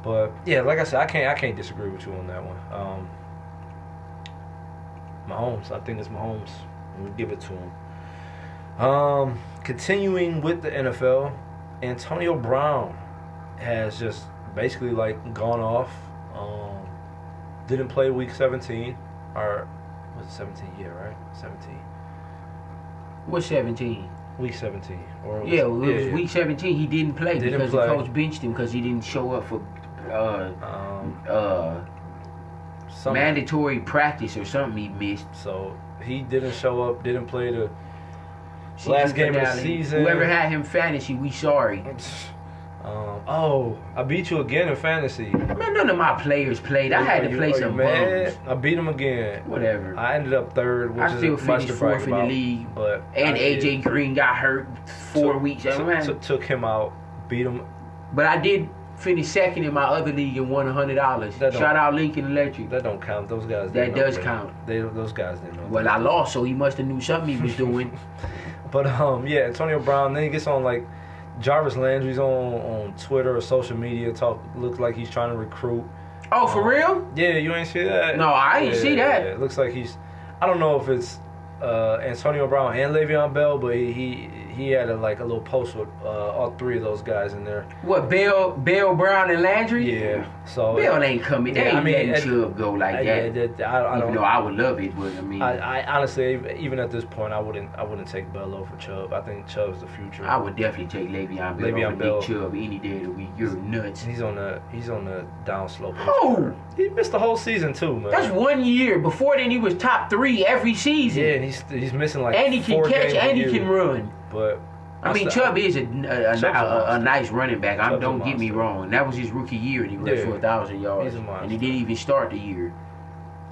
[SPEAKER 1] But yeah, like I said, I can't I can't disagree with you on that one. Um, Mahomes, I think it's Mahomes. We give it to him. Um, continuing with the NFL, Antonio Brown has just basically like gone off. Um, didn't play Week 17 or was it 17? Yeah, right, 17.
[SPEAKER 2] What's 17?
[SPEAKER 1] Week 17 or it was-
[SPEAKER 2] Yeah, it was week 17. He didn't play
[SPEAKER 1] Didn't
[SPEAKER 2] because
[SPEAKER 1] play.
[SPEAKER 2] the coach benched him because he didn't show up for uh,
[SPEAKER 1] Um,
[SPEAKER 2] uh,
[SPEAKER 1] some-
[SPEAKER 2] mandatory practice or something he missed.
[SPEAKER 1] so he didn't show up. Didn't play the
[SPEAKER 2] Season
[SPEAKER 1] Last game of the season.
[SPEAKER 2] Whoever had him fantasy, we sorry.
[SPEAKER 1] Um, oh, I beat you again in fantasy.
[SPEAKER 2] Man, none of my players played. I had
[SPEAKER 1] Are
[SPEAKER 2] to
[SPEAKER 1] you-
[SPEAKER 2] play
[SPEAKER 1] are you
[SPEAKER 2] some
[SPEAKER 1] mad?
[SPEAKER 2] bums.
[SPEAKER 1] I beat him again.
[SPEAKER 2] Whatever.
[SPEAKER 1] I ended up third, which
[SPEAKER 2] I still
[SPEAKER 1] is much
[SPEAKER 2] finished
[SPEAKER 1] to brag
[SPEAKER 2] fourth in the
[SPEAKER 1] about,
[SPEAKER 2] league.
[SPEAKER 1] But
[SPEAKER 2] and
[SPEAKER 1] I did.
[SPEAKER 2] AJ Green got hurt four
[SPEAKER 1] Took-
[SPEAKER 2] weeks.
[SPEAKER 1] took,
[SPEAKER 2] man.
[SPEAKER 1] took- took him out, beat him.
[SPEAKER 2] but I did finish second in my other league and won hundred dollars.
[SPEAKER 1] That don't-
[SPEAKER 2] Shout out Lincoln Electric.
[SPEAKER 1] That don't count. Those guys.
[SPEAKER 2] That
[SPEAKER 1] didn't
[SPEAKER 2] does
[SPEAKER 1] know.
[SPEAKER 2] count.
[SPEAKER 1] They those guys didn't know.
[SPEAKER 2] well, I lost, so he must have knew something he was doing.
[SPEAKER 1] But um, yeah, Antonio Brown. Then he gets on like Jarvis Landry's on on Twitter or social media. Talk looks like he's trying to recruit.
[SPEAKER 2] oh, for real?
[SPEAKER 1] Yeah, you ain't see that.
[SPEAKER 2] No, I ain't see that.
[SPEAKER 1] It looks like he's. I don't know if it's uh, Antonio Brown and Le'Veon Bell, but he he, he had a, like a little post with uh, all three of those guys in there.
[SPEAKER 2] What Bill, Bill Brown and Landry?
[SPEAKER 1] Yeah. So
[SPEAKER 2] Bill ain't coming. They
[SPEAKER 1] Yeah, I
[SPEAKER 2] ain't
[SPEAKER 1] mean,
[SPEAKER 2] letting
[SPEAKER 1] it-
[SPEAKER 2] Chubb go like
[SPEAKER 1] I, yeah,
[SPEAKER 2] that.
[SPEAKER 1] that, I, I
[SPEAKER 2] Even
[SPEAKER 1] don't.
[SPEAKER 2] though I would love it, but I mean,
[SPEAKER 1] I,
[SPEAKER 2] I,
[SPEAKER 1] I honestly, even at this point, I wouldn't. I wouldn't take Bell over Chubb. I think Chubb's the future.
[SPEAKER 2] would definitely take Le'Veon Bell
[SPEAKER 1] Le'Veon
[SPEAKER 2] over
[SPEAKER 1] Bell.
[SPEAKER 2] Nick Chubb any day of the week. You're nuts.
[SPEAKER 1] He's on the. He's on the downslope.
[SPEAKER 2] Oh,
[SPEAKER 1] He missed the whole season too, man.
[SPEAKER 2] that's one year. Before then, he was top three every season.
[SPEAKER 1] yeah, and he's he's missing like
[SPEAKER 2] and he can
[SPEAKER 1] four
[SPEAKER 2] catch
[SPEAKER 1] games a
[SPEAKER 2] and he
[SPEAKER 1] year.
[SPEAKER 2] can run.
[SPEAKER 1] But
[SPEAKER 2] I mean,
[SPEAKER 1] still-
[SPEAKER 2] Chubb is a, a, a,
[SPEAKER 1] Chubb's a
[SPEAKER 2] a- a
[SPEAKER 1] monster.
[SPEAKER 2] nice running back. I
[SPEAKER 1] Chubb's a
[SPEAKER 2] don't get me
[SPEAKER 1] monster.
[SPEAKER 2] wrong. That was his rookie year, and he
[SPEAKER 1] Yeah.
[SPEAKER 2] rushed for a thousand
[SPEAKER 1] He's
[SPEAKER 2] yards,
[SPEAKER 1] a
[SPEAKER 2] and he
[SPEAKER 1] monster.
[SPEAKER 2] didn't even start the year.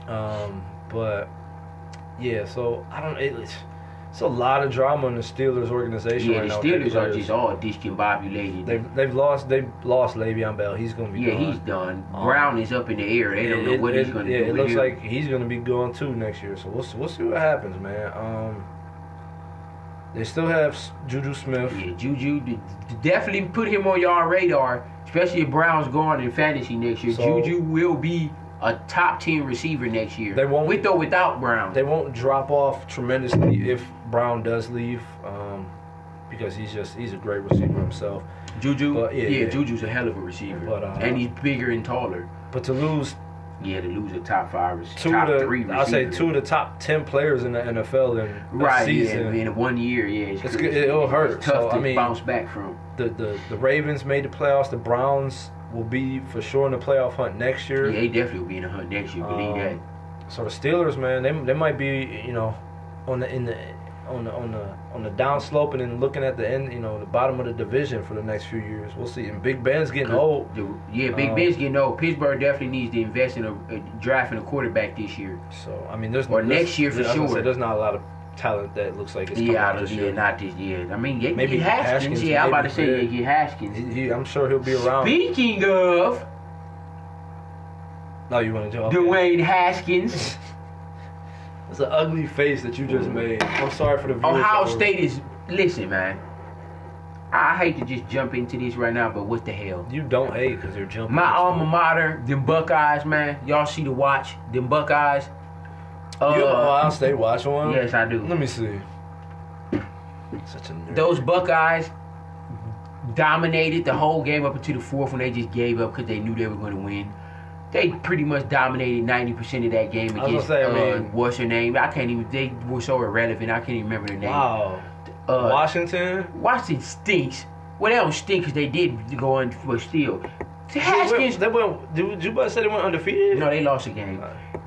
[SPEAKER 1] Um, but Yeah, so I don't. It, it's, it's a lot of drama in the Steelers organization.
[SPEAKER 2] Yeah,
[SPEAKER 1] right
[SPEAKER 2] the
[SPEAKER 1] now with their
[SPEAKER 2] Steelers are
[SPEAKER 1] players.
[SPEAKER 2] just all discombobulated.
[SPEAKER 1] They've they've lost they've lost Le'Veon Bell. He's gonna be
[SPEAKER 2] yeah,
[SPEAKER 1] gone.
[SPEAKER 2] he's done.
[SPEAKER 1] Um,
[SPEAKER 2] Brown is up in the air. They don't
[SPEAKER 1] It-
[SPEAKER 2] know
[SPEAKER 1] it-
[SPEAKER 2] what
[SPEAKER 1] it,
[SPEAKER 2] he's going to
[SPEAKER 1] yeah,
[SPEAKER 2] do.
[SPEAKER 1] it
[SPEAKER 2] with
[SPEAKER 1] looks
[SPEAKER 2] him.
[SPEAKER 1] like he's gonna be gone too next year. So we'll s- we'll see what happens, man. Um, they still have S- Juju Smith.
[SPEAKER 2] yeah, Juju d- d- definitely put him on y'all radar, especially if Brown's gone in fantasy next year.
[SPEAKER 1] So-
[SPEAKER 2] Juju will be a top ten receiver next year.
[SPEAKER 1] They won't-
[SPEAKER 2] with or without Brown.
[SPEAKER 1] They won't drop off tremendously if Brown does leave, um, because he's just he's a great receiver himself.
[SPEAKER 2] Juju,
[SPEAKER 1] But, yeah,
[SPEAKER 2] yeah,
[SPEAKER 1] yeah.
[SPEAKER 2] Juju's a hell of a receiver,
[SPEAKER 1] But, uh,
[SPEAKER 2] and he's bigger and taller.
[SPEAKER 1] But to lose
[SPEAKER 2] Yeah, to lose a top five, rec-
[SPEAKER 1] two
[SPEAKER 2] top
[SPEAKER 1] of the
[SPEAKER 2] three receiver.
[SPEAKER 1] I'll say two of the top ten players in the NFL in a
[SPEAKER 2] Right, yeah,
[SPEAKER 1] season.
[SPEAKER 2] in one year, yeah, it's
[SPEAKER 1] It's
[SPEAKER 2] crazy.
[SPEAKER 1] good- it'll hurt.
[SPEAKER 2] It's tough
[SPEAKER 1] So,
[SPEAKER 2] to
[SPEAKER 1] I mean-
[SPEAKER 2] bounce back from.
[SPEAKER 1] the, the the Ravens made the playoffs. The Browns will be for sure in the playoff hunt next
[SPEAKER 2] Yeah,
[SPEAKER 1] year.
[SPEAKER 2] they definitely will be in the hunt next year. Believe
[SPEAKER 1] Um,
[SPEAKER 2] that.
[SPEAKER 1] So the Steelers, man, they, they might be you know on the in the on the on the on the down slope and then looking at the end, you know, the bottom of the division for the next few years. We'll see. And Big Ben's getting old.
[SPEAKER 2] Oh, The- yeah, Big
[SPEAKER 1] um,
[SPEAKER 2] Ben's getting old. Pittsburgh definitely needs to invest in a, a drafting a quarterback this year.
[SPEAKER 1] So I mean, there's
[SPEAKER 2] Or
[SPEAKER 1] there's-
[SPEAKER 2] next year for
[SPEAKER 1] I was gonna say,
[SPEAKER 2] sure.
[SPEAKER 1] there's not a lot of talent that looks like it's coming
[SPEAKER 2] Yeah,
[SPEAKER 1] out
[SPEAKER 2] I
[SPEAKER 1] this
[SPEAKER 2] don't- yeah,
[SPEAKER 1] year.
[SPEAKER 2] not this year. I mean, get,
[SPEAKER 1] Maybe
[SPEAKER 2] get Haskins.
[SPEAKER 1] Haskins,
[SPEAKER 2] Yeah, I'm about to
[SPEAKER 1] maybe, Um,
[SPEAKER 2] say
[SPEAKER 1] yeah.
[SPEAKER 2] yeah, get Haskins.
[SPEAKER 1] He- he- I'm sure he'll be around.
[SPEAKER 2] Speaking of
[SPEAKER 1] no, you want to do? okay.
[SPEAKER 2] Dwayne Haskins,
[SPEAKER 1] It's an ugly face that you just made. I'm sorry for the viewers.
[SPEAKER 2] Ohio
[SPEAKER 1] that were-
[SPEAKER 2] State is listen, man. I hate to just jump into this right now, but what the hell?
[SPEAKER 1] You don't hate because you're jumping.
[SPEAKER 2] My alma mater, them Buckeyes, man. Y'all see the watch, them Buckeyes. Uh,
[SPEAKER 1] You have an Ohio State watch one?
[SPEAKER 2] yes, I do.
[SPEAKER 1] Let me see. Such a nerd.
[SPEAKER 2] Those Buckeyes dominated the whole game up until the fourth when they just gave up because they knew they were going to win. They pretty much dominated ninety percent of that game
[SPEAKER 1] I was
[SPEAKER 2] against
[SPEAKER 1] gonna say, I
[SPEAKER 2] uh,
[SPEAKER 1] mean-
[SPEAKER 2] what's her name? I can't even. They were so irrelevant. I can't even remember their name.
[SPEAKER 1] Wow.
[SPEAKER 2] Uh,
[SPEAKER 1] Washington.
[SPEAKER 2] Washington stinks. Well, they don't stink because they did go on for a steal. Haskins,
[SPEAKER 1] They went. Did you about to say they went undefeated?
[SPEAKER 2] no, they lost a game.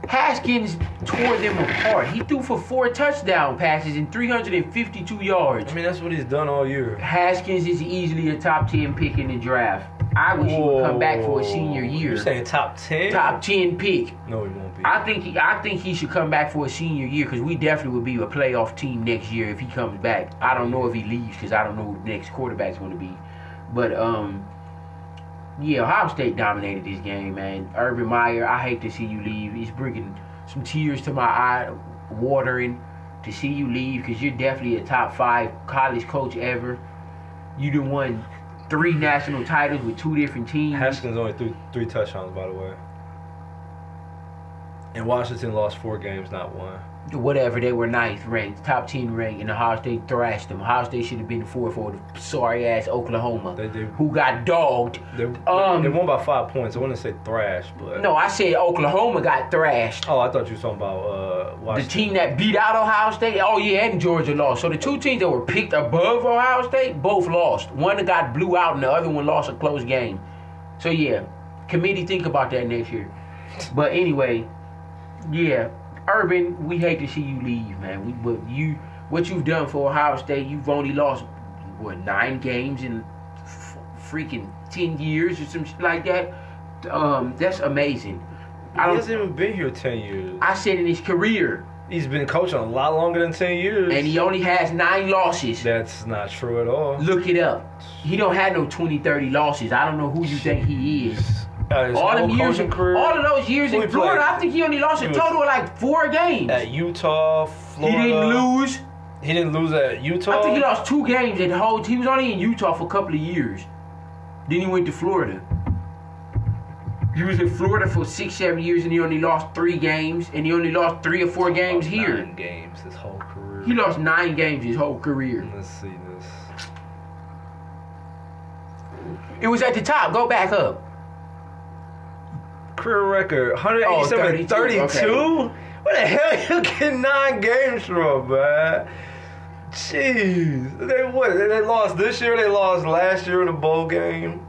[SPEAKER 2] Haskins tore them apart. He threw for four touchdown passes and three hundred and fifty-two yards.
[SPEAKER 1] I mean, that's what he's done all year.
[SPEAKER 2] Haskins is easily a top ten pick in the draft. I wish he would come back for a senior year.
[SPEAKER 1] You're saying top ten?
[SPEAKER 2] top ten pick.
[SPEAKER 1] No, he won't be.
[SPEAKER 2] I think he, I think he should come back for a senior year because we definitely would be a playoff team next year if he comes back. I don't know if he leaves because I don't know who the next quarterback's going to be, but um, yeah, Ohio State dominated this game, man. Urban Meyer, I hate to see you leave. It's bringing some tears to my eye, watering to see you leave because you're definitely a top five college coach ever. You done won three national titles with two different teams.
[SPEAKER 1] Haskins only threw three touchdowns, by the way. And Washington lost four games, not one.
[SPEAKER 2] whatever they were ninth ranked, top ten ranked, and Ohio State thrashed them. Ohio State should have been fourth over the sorry ass Oklahoma,
[SPEAKER 1] They- they-
[SPEAKER 2] who got dogged.
[SPEAKER 1] They,
[SPEAKER 2] Um,
[SPEAKER 1] they won by five points. I want to say thrash, but
[SPEAKER 2] No, I said Oklahoma got thrashed.
[SPEAKER 1] Oh, I thought you were talking about uh,
[SPEAKER 2] The
[SPEAKER 1] Washington.
[SPEAKER 2] team that beat out Ohio State, oh yeah, and Georgia lost. So the two teams that were picked above Ohio State both lost. One that got blew out, and the other one lost a close game. So yeah, committee think about that next year. But anyway, yeah, Urban, we hate to see you leave, man. We, but you, what you've done for Ohio State, you've only lost what nine games in f- freaking ten years or some shit like that. Um, that's amazing. I
[SPEAKER 1] he
[SPEAKER 2] don't.
[SPEAKER 1] hasn't even been here ten years.
[SPEAKER 2] I said in his career.
[SPEAKER 1] He's been coaching a lot longer than ten years.
[SPEAKER 2] and he only has nine losses.
[SPEAKER 1] That's not true at all.
[SPEAKER 2] Look it up. He don't have no 20, 30 losses. I don't know who you think he is.
[SPEAKER 1] Uh, his
[SPEAKER 2] All
[SPEAKER 1] whole
[SPEAKER 2] them years,
[SPEAKER 1] coaching career
[SPEAKER 2] all of those years
[SPEAKER 1] Who he
[SPEAKER 2] in Florida,
[SPEAKER 1] played?
[SPEAKER 2] I think he only lost a
[SPEAKER 1] He was-
[SPEAKER 2] total of like four games.
[SPEAKER 1] at Utah,
[SPEAKER 2] He
[SPEAKER 1] Florida. Uh,
[SPEAKER 2] didn't lose.
[SPEAKER 1] He didn't lose at Utah.
[SPEAKER 2] I think he lost two games at the whole. He was only in Utah for a couple of years. Then he went to Florida. He was in Florida for six, seven years, and he only lost three games, and he only lost three or four games
[SPEAKER 1] Oh, Nine
[SPEAKER 2] here.
[SPEAKER 1] games his whole career.
[SPEAKER 2] He lost nine games his whole career.
[SPEAKER 1] Let's see this.
[SPEAKER 2] It was at the top. Go back up.
[SPEAKER 1] Career record 187
[SPEAKER 2] Oh, 32,
[SPEAKER 1] 32.
[SPEAKER 2] okay.
[SPEAKER 1] Where the hell you get nine games from, man? Jeez. They what? They lost this year. They lost last year in the bowl game.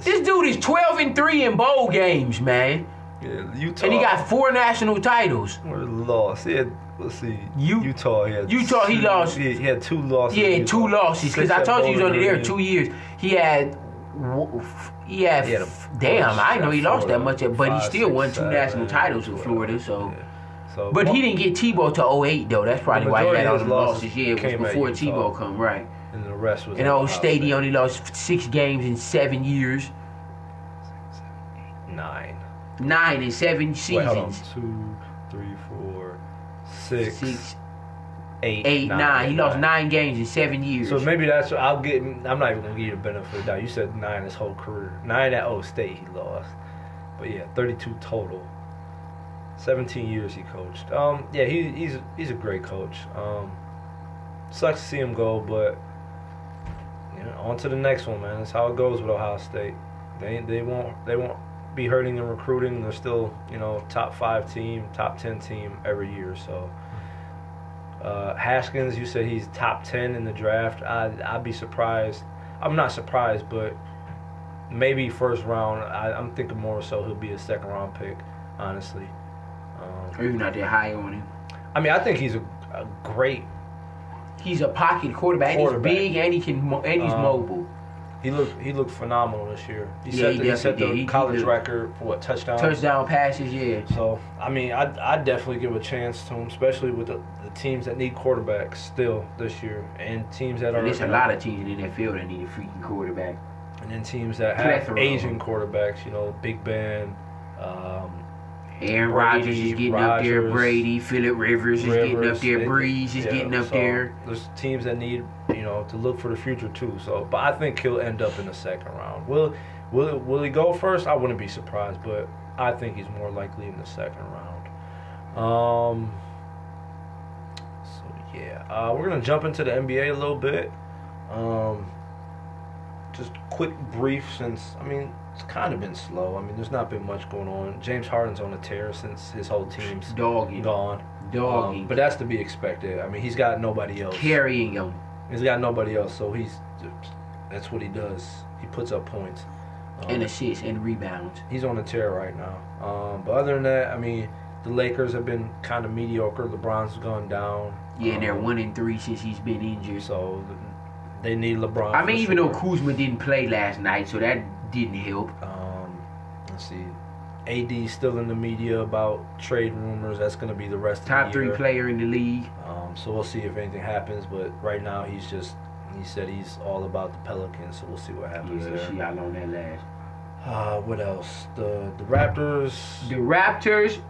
[SPEAKER 2] This dude is 12 and 3 in bowl games, man.
[SPEAKER 1] Yeah, Utah.
[SPEAKER 2] And he got four national titles.
[SPEAKER 1] Where he lost? He had, let's see.
[SPEAKER 2] U-
[SPEAKER 1] Utah. He had
[SPEAKER 2] Utah, he
[SPEAKER 1] two-
[SPEAKER 2] lost.
[SPEAKER 1] He, he had two losses.
[SPEAKER 2] Yeah,
[SPEAKER 1] in
[SPEAKER 2] and two
[SPEAKER 1] Utah.
[SPEAKER 2] losses. Because
[SPEAKER 1] Six
[SPEAKER 2] I
[SPEAKER 1] at
[SPEAKER 2] told you he was
[SPEAKER 1] Bowling
[SPEAKER 2] only there
[SPEAKER 1] Green.
[SPEAKER 2] two years. He had. wo- f- He had.
[SPEAKER 1] He had a-
[SPEAKER 2] f- damn, I know he lost that much, but he
[SPEAKER 1] Five,
[SPEAKER 2] still
[SPEAKER 1] six,
[SPEAKER 2] won two
[SPEAKER 1] seven,
[SPEAKER 2] national titles in
[SPEAKER 1] twelve.
[SPEAKER 2] Florida, so.
[SPEAKER 1] Yeah. So,
[SPEAKER 2] But he didn't get Tebow to 08, though. That's probably why he
[SPEAKER 1] majority
[SPEAKER 2] had all
[SPEAKER 1] of
[SPEAKER 2] the
[SPEAKER 1] his
[SPEAKER 2] losses.
[SPEAKER 1] losses
[SPEAKER 2] Yeah, it was
[SPEAKER 1] came at
[SPEAKER 2] before
[SPEAKER 1] Utah.
[SPEAKER 2] Tebow come, right.
[SPEAKER 1] And the rest was.
[SPEAKER 2] And
[SPEAKER 1] at
[SPEAKER 2] old
[SPEAKER 1] Ohio
[SPEAKER 2] State, he
[SPEAKER 1] State.
[SPEAKER 2] only lost six games in seven years.
[SPEAKER 1] nine.
[SPEAKER 2] Nine in seven
[SPEAKER 1] Wait, hold on.
[SPEAKER 2] seasons.
[SPEAKER 1] Two, three, four, six,
[SPEAKER 2] Six,
[SPEAKER 1] eight,
[SPEAKER 2] eight, nine. He lost nine games in seven years.
[SPEAKER 1] So maybe that's what I'll get. I'm not even gonna give you the benefit of the doubt. You said nine his whole career. Nine at O State he lost, but yeah, 32 total. 17 years he coached. Um, yeah, he, he's he's a great coach. Um, sucks to see him go, but you know, on to the next one, man. That's how it goes with Ohio State. They they won't they won't be hurting in recruiting. They're still you know top five team, top ten team every year. So. Uh, Haskins, you said he's top ten in the draft. I I'd be surprised. I'm not surprised, but maybe first round. I, I'm thinking more so he'll be a second round pick. Honestly, um,
[SPEAKER 2] Or even Oh, not that high on him.
[SPEAKER 1] I mean I think he's a, a great.
[SPEAKER 2] He's a pocket quarterback.
[SPEAKER 1] Quarterback.
[SPEAKER 2] And he's big and he can mo- and he's
[SPEAKER 1] Um,
[SPEAKER 2] mobile.
[SPEAKER 1] He looked he looked phenomenal this year. He
[SPEAKER 2] Yeah,
[SPEAKER 1] set
[SPEAKER 2] he
[SPEAKER 1] the, he set the
[SPEAKER 2] definitely did. He- he
[SPEAKER 1] college
[SPEAKER 2] did.
[SPEAKER 1] record for what touchdown.
[SPEAKER 2] Touchdown passes, yeah.
[SPEAKER 1] uh, So I mean I I definitely give a chance to him, especially with the, the teams that need quarterbacks still this year, and teams that are
[SPEAKER 2] And there's a lot of teams in the NFL that need a freaking quarterback.
[SPEAKER 1] and then teams that have
[SPEAKER 2] Plethora of
[SPEAKER 1] Asian quarterbacks, you know, Big Ben, um, Brady,
[SPEAKER 2] Aaron Rodgers is getting up there.
[SPEAKER 1] Rodgers,
[SPEAKER 2] Brady, Philip Rivers is getting up
[SPEAKER 1] Rivers,
[SPEAKER 2] there.
[SPEAKER 1] they-
[SPEAKER 2] Breeze is
[SPEAKER 1] yeah,
[SPEAKER 2] getting up
[SPEAKER 1] so
[SPEAKER 2] there.
[SPEAKER 1] There's teams that need, you know, to look for the future too. So, but I think he'll end up in the second round. Will will will he go first? I wouldn't be surprised, but I think he's more likely in the second round. Um. So yeah, uh, we're gonna jump into the NBA a little bit. Um, just quick brief since I mean it's kind of been slow. I mean there's not been much going on. James Harden's on a tear since his whole team's
[SPEAKER 2] Dogging.
[SPEAKER 1] gone.
[SPEAKER 2] Dogging.
[SPEAKER 1] Um, but that's to be expected. I mean, he's got nobody else.
[SPEAKER 2] carrying him.
[SPEAKER 1] He's got nobody else, so he's that's what he does. He puts up points. Um,
[SPEAKER 2] and assists and rebounds.
[SPEAKER 1] he's on a tear right now. Um, but other than that, I mean, the Lakers have been kind of mediocre. LeBron's gone down.
[SPEAKER 2] Yeah, and they're
[SPEAKER 1] Um,
[SPEAKER 2] one and three since he's been injured.
[SPEAKER 1] So they need LeBron.
[SPEAKER 2] I
[SPEAKER 1] for
[SPEAKER 2] mean, even though
[SPEAKER 1] sure.
[SPEAKER 2] Kuzma didn't play last night, so that didn't help.
[SPEAKER 1] Um, let's see. AD's still in the media about trade rumors. That's going to be the rest
[SPEAKER 2] Top
[SPEAKER 1] of the year.
[SPEAKER 2] three player in the league.
[SPEAKER 1] Um, so we'll see if anything happens. But right now, he's just he said he's all about the Pelicans. So we'll see what happens
[SPEAKER 2] Yeah, she
[SPEAKER 1] there.
[SPEAKER 2] out on that last.
[SPEAKER 1] Uh, what else? The the Raptors.
[SPEAKER 2] The Raptors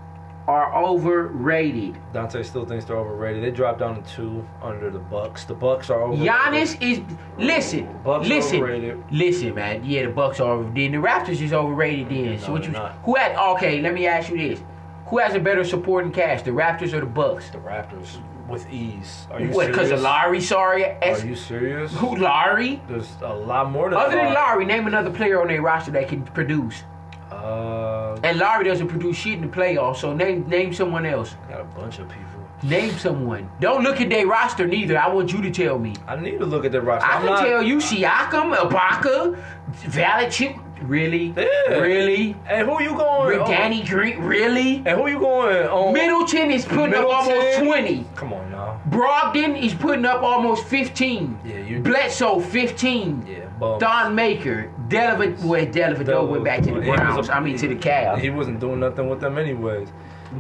[SPEAKER 2] are overrated.
[SPEAKER 1] Dante still thinks they're overrated. They dropped down to two under the Bucks. The Bucks are overrated.
[SPEAKER 2] Giannis is listen,
[SPEAKER 1] Bucks
[SPEAKER 2] listen,
[SPEAKER 1] overrated.
[SPEAKER 2] listen, man. Yeah, the Bucks are over- then the Raptors is overrated. Then
[SPEAKER 1] No,
[SPEAKER 2] so what
[SPEAKER 1] they're
[SPEAKER 2] you
[SPEAKER 1] not.
[SPEAKER 2] who had? Okay, let me ask you this: Who has a better supporting cast, the Raptors or the Bucks?
[SPEAKER 1] The Raptors with ease. Are you
[SPEAKER 2] What?
[SPEAKER 1] serious?
[SPEAKER 2] Because of Larry? Sorry,
[SPEAKER 1] Are
[SPEAKER 2] S-
[SPEAKER 1] you serious?
[SPEAKER 2] who Larry?
[SPEAKER 1] There's a lot more than
[SPEAKER 2] Other than Larry, name another player on their roster that can produce.
[SPEAKER 1] Uh,
[SPEAKER 2] And Larry doesn't produce shit in the playoffs, so name name someone else.
[SPEAKER 1] got a bunch of people.
[SPEAKER 2] Name someone. Don't look at their roster neither. I want you to tell me.
[SPEAKER 1] I need to look at their roster.
[SPEAKER 2] I
[SPEAKER 1] I'm
[SPEAKER 2] can
[SPEAKER 1] not,
[SPEAKER 2] tell you Siakam, Ibaka, Valachik. Really?
[SPEAKER 1] Yeah. oh.
[SPEAKER 2] Really?
[SPEAKER 1] And who you going? on?
[SPEAKER 2] Danny Green? Really?
[SPEAKER 1] And who you going on?
[SPEAKER 2] Middleton is putting up almost
[SPEAKER 1] Middleton?
[SPEAKER 2] 20.
[SPEAKER 1] Come on now.
[SPEAKER 2] Brogdon is putting up almost 15.
[SPEAKER 1] Yeah, you-
[SPEAKER 2] Bledsoe, 15.
[SPEAKER 1] Yeah, bum.
[SPEAKER 2] Don Maker, Delavid, well, Delavid went back to the
[SPEAKER 1] He was a-
[SPEAKER 2] Browns. I mean, to the Cavs.
[SPEAKER 1] He wasn't doing nothing with them anyways.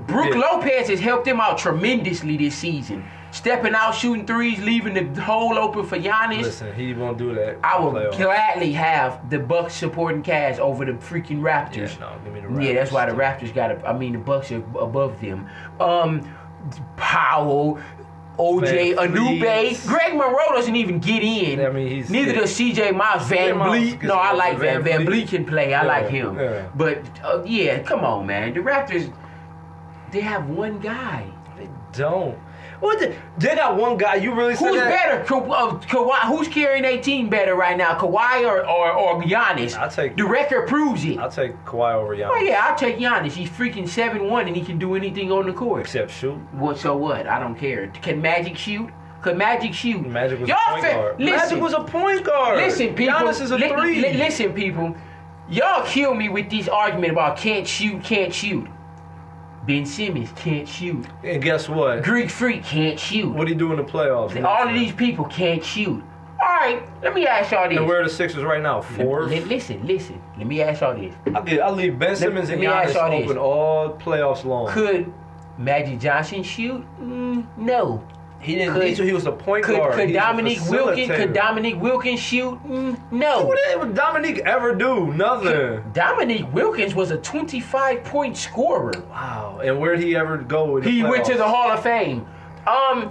[SPEAKER 2] Brooke
[SPEAKER 1] Yeah.
[SPEAKER 2] Lopez has helped him out tremendously this season. Stepping out, shooting threes, leaving the hole open for Giannis.
[SPEAKER 1] Listen, he won't do that.
[SPEAKER 2] I would
[SPEAKER 1] Playoff.
[SPEAKER 2] gladly have the Bucks supporting Cavs over the freaking
[SPEAKER 1] Yeah,
[SPEAKER 2] Raptors.
[SPEAKER 1] no, give me the
[SPEAKER 2] Yeah,
[SPEAKER 1] Raptors.
[SPEAKER 2] that's why the Raptors got. A, I mean, the Bucks are above them. Um, Powell, OJ
[SPEAKER 1] Van Vliet.
[SPEAKER 2] Anube, Greg Monroe doesn't even get in.
[SPEAKER 1] I mean, he's-
[SPEAKER 2] neither
[SPEAKER 1] yeah.
[SPEAKER 2] does CJ Miles. Van
[SPEAKER 1] Miles
[SPEAKER 2] Bleek.
[SPEAKER 1] gets
[SPEAKER 2] No, I
[SPEAKER 1] over
[SPEAKER 2] like
[SPEAKER 1] Van
[SPEAKER 2] Van Van
[SPEAKER 1] Vliet.
[SPEAKER 2] Bleek can play.
[SPEAKER 1] Yeah,
[SPEAKER 2] I like him.
[SPEAKER 1] yeah.
[SPEAKER 2] But uh, yeah, come on, man. The Raptors, they have one guy.
[SPEAKER 1] They don't. What the, they got one guy. You really said
[SPEAKER 2] Who's
[SPEAKER 1] that?
[SPEAKER 2] better, Ka- uh, Kawhi? Who's carrying their team better right now, Kawhi or or, or Giannis?
[SPEAKER 1] I'll take-
[SPEAKER 2] the record proves it.
[SPEAKER 1] I'll take Kawhi over Giannis.
[SPEAKER 2] oh yeah, I'll take Giannis. He's freaking seven one, and he can do anything on the court.
[SPEAKER 1] Except shoot.
[SPEAKER 2] What so what? I don't care. Can Magic shoot? Could Magic shoot?
[SPEAKER 1] Magic was
[SPEAKER 2] Y'all
[SPEAKER 1] a point
[SPEAKER 2] fa-
[SPEAKER 1] guard.
[SPEAKER 2] Listen,
[SPEAKER 1] Magic was a point guard.
[SPEAKER 2] listen, people.
[SPEAKER 1] Giannis is a
[SPEAKER 2] li-
[SPEAKER 1] three.
[SPEAKER 2] li- listen, people. Y'all kill me with this argument about can't shoot, can't shoot. Ben Simmons can't shoot.
[SPEAKER 1] and guess what?
[SPEAKER 2] Greek Freak can't shoot.
[SPEAKER 1] What do you do in the playoffs?
[SPEAKER 2] All of these people can't shoot. All right, let me ask y'all this.
[SPEAKER 1] And where are the Sixers right now? Fourth.
[SPEAKER 2] Li- listen, listen. Let me ask y'all this.
[SPEAKER 1] I, get, I leave Ben Simmons
[SPEAKER 2] let
[SPEAKER 1] and
[SPEAKER 2] me ask
[SPEAKER 1] Giannis
[SPEAKER 2] y'all this.
[SPEAKER 1] open all playoffs long.
[SPEAKER 2] Could Magic Johnson shoot? Mm, no.
[SPEAKER 1] He didn't
[SPEAKER 2] Could-
[SPEAKER 1] need to. He was a point
[SPEAKER 2] Could,
[SPEAKER 1] guard.
[SPEAKER 2] could
[SPEAKER 1] He's a
[SPEAKER 2] Dominique Wilkins? Could
[SPEAKER 1] facilitator.
[SPEAKER 2] Dominique Wilkins shoot? Mm, no.
[SPEAKER 1] What did Dominique ever do? Nothing.
[SPEAKER 2] Dominique Wilkins was a 25 point scorer.
[SPEAKER 1] Wow. And where'd he ever go? in the
[SPEAKER 2] He went to
[SPEAKER 1] playoffs?
[SPEAKER 2] the Hall of Fame. Um,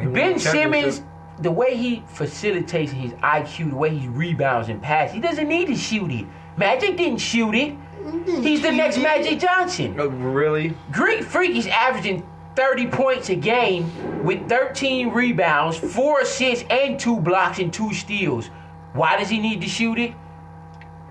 [SPEAKER 1] He won
[SPEAKER 2] Ben
[SPEAKER 1] the championship.
[SPEAKER 2] Simmons, the way he facilitates his IQ, the way he rebounds and passes, he doesn't need to shoot it. Magic didn't shoot it. He's the next Magic Johnson.
[SPEAKER 1] Uh, Really?
[SPEAKER 2] Greek Freak is averaging 30 points a game with 13 rebounds, 4 assists, and 2 blocks and 2 steals. Why does he need to shoot it?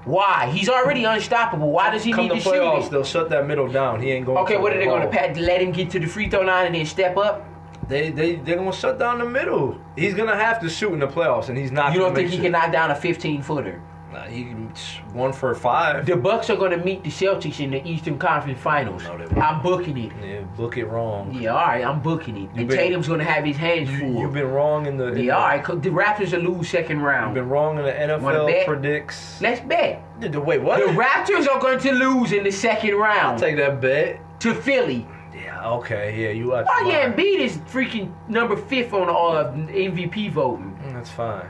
[SPEAKER 2] Why? He's already unstoppable. Why does he
[SPEAKER 1] Come
[SPEAKER 2] need
[SPEAKER 1] to
[SPEAKER 2] to, shoot it?
[SPEAKER 1] playoffs, Oh. they'll shut that middle down. He ain't going.
[SPEAKER 2] Okay,
[SPEAKER 1] to
[SPEAKER 2] what
[SPEAKER 1] the
[SPEAKER 2] are they going to
[SPEAKER 1] ball.
[SPEAKER 2] pat? Let him get to the free throw line and then step up?
[SPEAKER 1] They they they're gonna shut down the middle. He's gonna have to shoot in the playoffs, and he's not.
[SPEAKER 2] You
[SPEAKER 1] gonna
[SPEAKER 2] don't think he
[SPEAKER 1] make
[SPEAKER 2] can
[SPEAKER 1] shit.
[SPEAKER 2] knock down a 15 footer?
[SPEAKER 1] Nah, he can sh- one for five.
[SPEAKER 2] The Bucks are going to meet the Celtics in the Eastern Conference Finals.
[SPEAKER 1] No, they won't.
[SPEAKER 2] I'm booking it.
[SPEAKER 1] Yeah, book it wrong.
[SPEAKER 2] Yeah, all right, I'm booking it. And
[SPEAKER 1] been-
[SPEAKER 2] Tatum's going to have his hands
[SPEAKER 1] You,
[SPEAKER 2] full.
[SPEAKER 1] you've been wrong in the. in the-
[SPEAKER 2] yeah, all right. 'cause The Raptors will lose second
[SPEAKER 1] You've
[SPEAKER 2] round.
[SPEAKER 1] been wrong in the
[SPEAKER 2] Wanna bet?
[SPEAKER 1] NFL predicts.
[SPEAKER 2] Let's bet.
[SPEAKER 1] Dude, Wait, what?
[SPEAKER 2] The Raptors are going to lose in the second round
[SPEAKER 1] Take that bet.
[SPEAKER 2] to Philly.
[SPEAKER 1] Yeah. Okay. Yeah. You out.
[SPEAKER 2] Oh
[SPEAKER 1] your
[SPEAKER 2] yeah,
[SPEAKER 1] mind.
[SPEAKER 2] Embiid is freaking number fifth on all of MVP voting.
[SPEAKER 1] Mm, That's fine.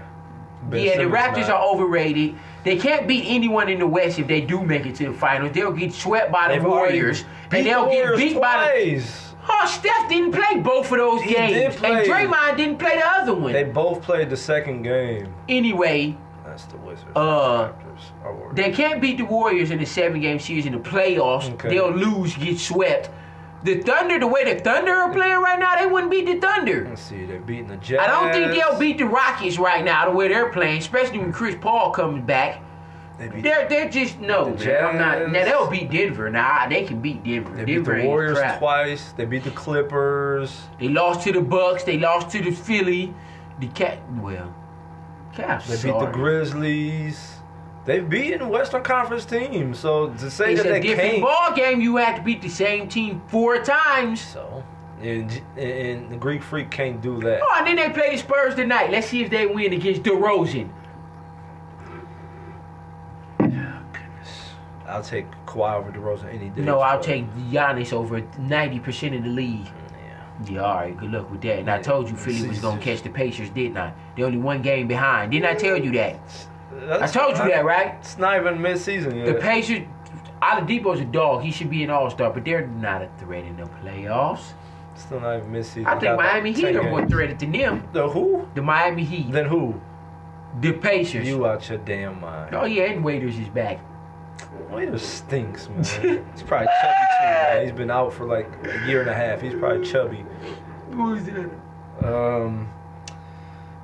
[SPEAKER 1] Ben
[SPEAKER 2] yeah,
[SPEAKER 1] Simmons
[SPEAKER 2] the Raptors
[SPEAKER 1] not.
[SPEAKER 2] are overrated. They can't beat anyone in the West if they do make it to the finals. They'll get swept by the
[SPEAKER 1] They've already
[SPEAKER 2] Warriors,
[SPEAKER 1] beat
[SPEAKER 2] and they'll
[SPEAKER 1] the Warriors
[SPEAKER 2] get beat by the.
[SPEAKER 1] twice.
[SPEAKER 2] Oh, Steph didn't play both of those
[SPEAKER 1] He
[SPEAKER 2] games,
[SPEAKER 1] did play.
[SPEAKER 2] and Draymond didn't play the other one.
[SPEAKER 1] They both played the second game.
[SPEAKER 2] anyway,
[SPEAKER 1] That's the Wizards.
[SPEAKER 2] Uh,
[SPEAKER 1] Raptors are worse.
[SPEAKER 2] they can't beat the Warriors in the seven-game series in the playoffs.
[SPEAKER 1] Okay.
[SPEAKER 2] They'll lose, get swept. The Thunder, the way the Thunder are playing right now, they wouldn't beat the Thunder.
[SPEAKER 1] Let's see, they're beating the Jazz.
[SPEAKER 2] I don't think they'll beat the Rockets right now, the way they're playing, especially when Chris Paul comes back.
[SPEAKER 1] They beat,
[SPEAKER 2] They're they're just no.
[SPEAKER 1] The
[SPEAKER 2] man, I'm not.
[SPEAKER 1] Jazz.
[SPEAKER 2] Now they'll beat Denver. Nah, they can beat Denver.
[SPEAKER 1] they beat
[SPEAKER 2] Denver
[SPEAKER 1] the
[SPEAKER 2] ain't
[SPEAKER 1] Warriors
[SPEAKER 2] crap.
[SPEAKER 1] twice. They beat the Clippers.
[SPEAKER 2] They lost to the Bucks. They lost to the Philly. The cat. Well, Cavs.
[SPEAKER 1] They beat
[SPEAKER 2] sorry.
[SPEAKER 1] the Grizzlies. They've beaten Western Conference teams. So to say
[SPEAKER 2] It's
[SPEAKER 1] that
[SPEAKER 2] a
[SPEAKER 1] they
[SPEAKER 2] different
[SPEAKER 1] can't.
[SPEAKER 2] ball game. You have to beat the same team four times.
[SPEAKER 1] So and, and the Greek Freak can't do that.
[SPEAKER 2] Oh, and then they play the Spurs tonight. Let's see if they win against DeRozan.
[SPEAKER 1] I'll take Kawhi over DeRozan any day.
[SPEAKER 2] No, I'll
[SPEAKER 1] so,
[SPEAKER 2] take Giannis over ninety percent of the league.
[SPEAKER 1] Yeah.
[SPEAKER 2] Yeah, all right. Good luck with that. And I told you Philly was gonna catch the Pacers, didn't I? They're only one game behind. Didn't I tell you that? I
[SPEAKER 1] That's-
[SPEAKER 2] told you that, right?
[SPEAKER 1] It's not even mid-season yet.
[SPEAKER 2] The Pacers, Oladipo's a dog. He should be an All Star, but they're not a threat in the playoffs.
[SPEAKER 1] Still not even mid-season.
[SPEAKER 2] I think
[SPEAKER 1] Got about
[SPEAKER 2] Miami Heat
[SPEAKER 1] 10
[SPEAKER 2] are more
[SPEAKER 1] games.
[SPEAKER 2] threatened than them.
[SPEAKER 1] The who?
[SPEAKER 2] The Miami Heat,
[SPEAKER 1] Then who?
[SPEAKER 2] the Pacers.
[SPEAKER 1] You out your damn mind.
[SPEAKER 2] Oh yeah, and Waiters is back.
[SPEAKER 1] Waiter stinks, man. He's probably chubby too, man. He's been out for like a year and a half. He's probably chubby.
[SPEAKER 2] Who is it?
[SPEAKER 1] Um,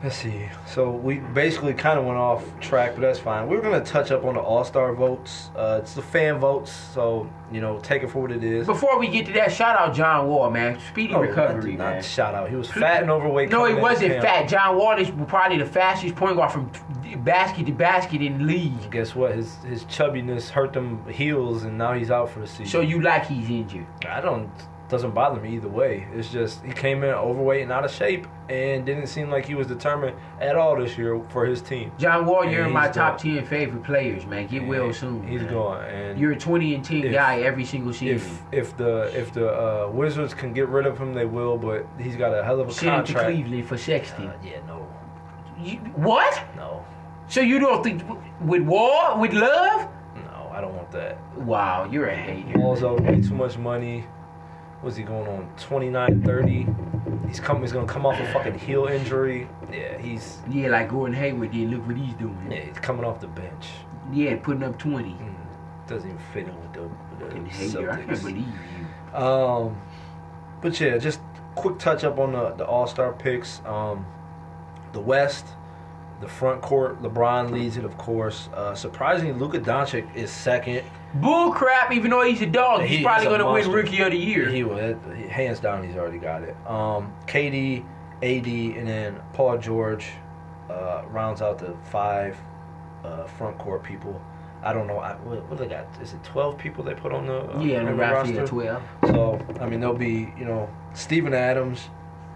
[SPEAKER 1] let's see. So we basically kind of went off track, but that's fine. We're gonna touch up on the All Star votes. Uh, it's the fan votes, so you know, take it for what it is.
[SPEAKER 2] Before we get to that, shout out John Wall, man. Speedy
[SPEAKER 1] Oh, I
[SPEAKER 2] recovery,
[SPEAKER 1] did not
[SPEAKER 2] man.
[SPEAKER 1] shout out. He was fat and overweight.
[SPEAKER 2] No,
[SPEAKER 1] coming
[SPEAKER 2] he
[SPEAKER 1] into
[SPEAKER 2] wasn't
[SPEAKER 1] camp.
[SPEAKER 2] fat. John Wall is probably the fastest point guard from basket to basket in the league.
[SPEAKER 1] Guess what? His his chubbiness hurt them heels, and now he's out for the season.
[SPEAKER 2] So you like he's injured.
[SPEAKER 1] I don't doesn't bother me either way. It's just he came in overweight and out of shape and didn't seem like he was determined at all this year for his team.
[SPEAKER 2] John Wall,
[SPEAKER 1] Yeah,
[SPEAKER 2] you're in my
[SPEAKER 1] he's
[SPEAKER 2] top
[SPEAKER 1] gone.
[SPEAKER 2] ten favorite players, man. Get well
[SPEAKER 1] And
[SPEAKER 2] soon.
[SPEAKER 1] He's
[SPEAKER 2] man.
[SPEAKER 1] gone. And
[SPEAKER 2] You're a 20 and 10
[SPEAKER 1] If-
[SPEAKER 2] guy every single season.
[SPEAKER 1] if if the if the uh, Wizards can get rid of him, they will. But he's got a hell of a
[SPEAKER 2] Send him to
[SPEAKER 1] contract.
[SPEAKER 2] Cleveland for Sexton.
[SPEAKER 1] Uh, yeah, no,
[SPEAKER 2] You- what?
[SPEAKER 1] no,
[SPEAKER 2] So you don't think with war, with love?
[SPEAKER 1] no. I don't want that.
[SPEAKER 2] Wow, you're a hater.
[SPEAKER 1] Ball's over. Way too much money. What's he going on? 29, 30. He's coming. He's gonna come off a fucking heel injury. Yeah, he's
[SPEAKER 2] Yeah, like Gordon Hayward did. Look what he's doing.
[SPEAKER 1] yeah, he's coming off the bench.
[SPEAKER 2] Yeah, putting up 20.
[SPEAKER 1] Mm, doesn't even fit in with the,
[SPEAKER 2] Fucking
[SPEAKER 1] with the
[SPEAKER 2] hater. I can't
[SPEAKER 1] Celtics.
[SPEAKER 2] believe you.
[SPEAKER 1] Um, but yeah, just quick touch up on the, the All Star picks. Um, the West, the front court, LeBron leads it, of course. Uh, surprisingly, Luka Doncic is second.
[SPEAKER 2] Bull crap, even though he's a dog, he's
[SPEAKER 1] He
[SPEAKER 2] probably
[SPEAKER 1] is a
[SPEAKER 2] going to win
[SPEAKER 1] monster.
[SPEAKER 2] Rookie of the Year.
[SPEAKER 1] He was hands down. He's already got it. Um, KD, AD, and then Paul George uh, rounds out the five uh, front court people. I don't know. I, what, what they got? Is it twelve people they put on the uh,
[SPEAKER 2] yeah, and
[SPEAKER 1] on the
[SPEAKER 2] around here 12.
[SPEAKER 1] So I mean, there'll be you know Steven Adams,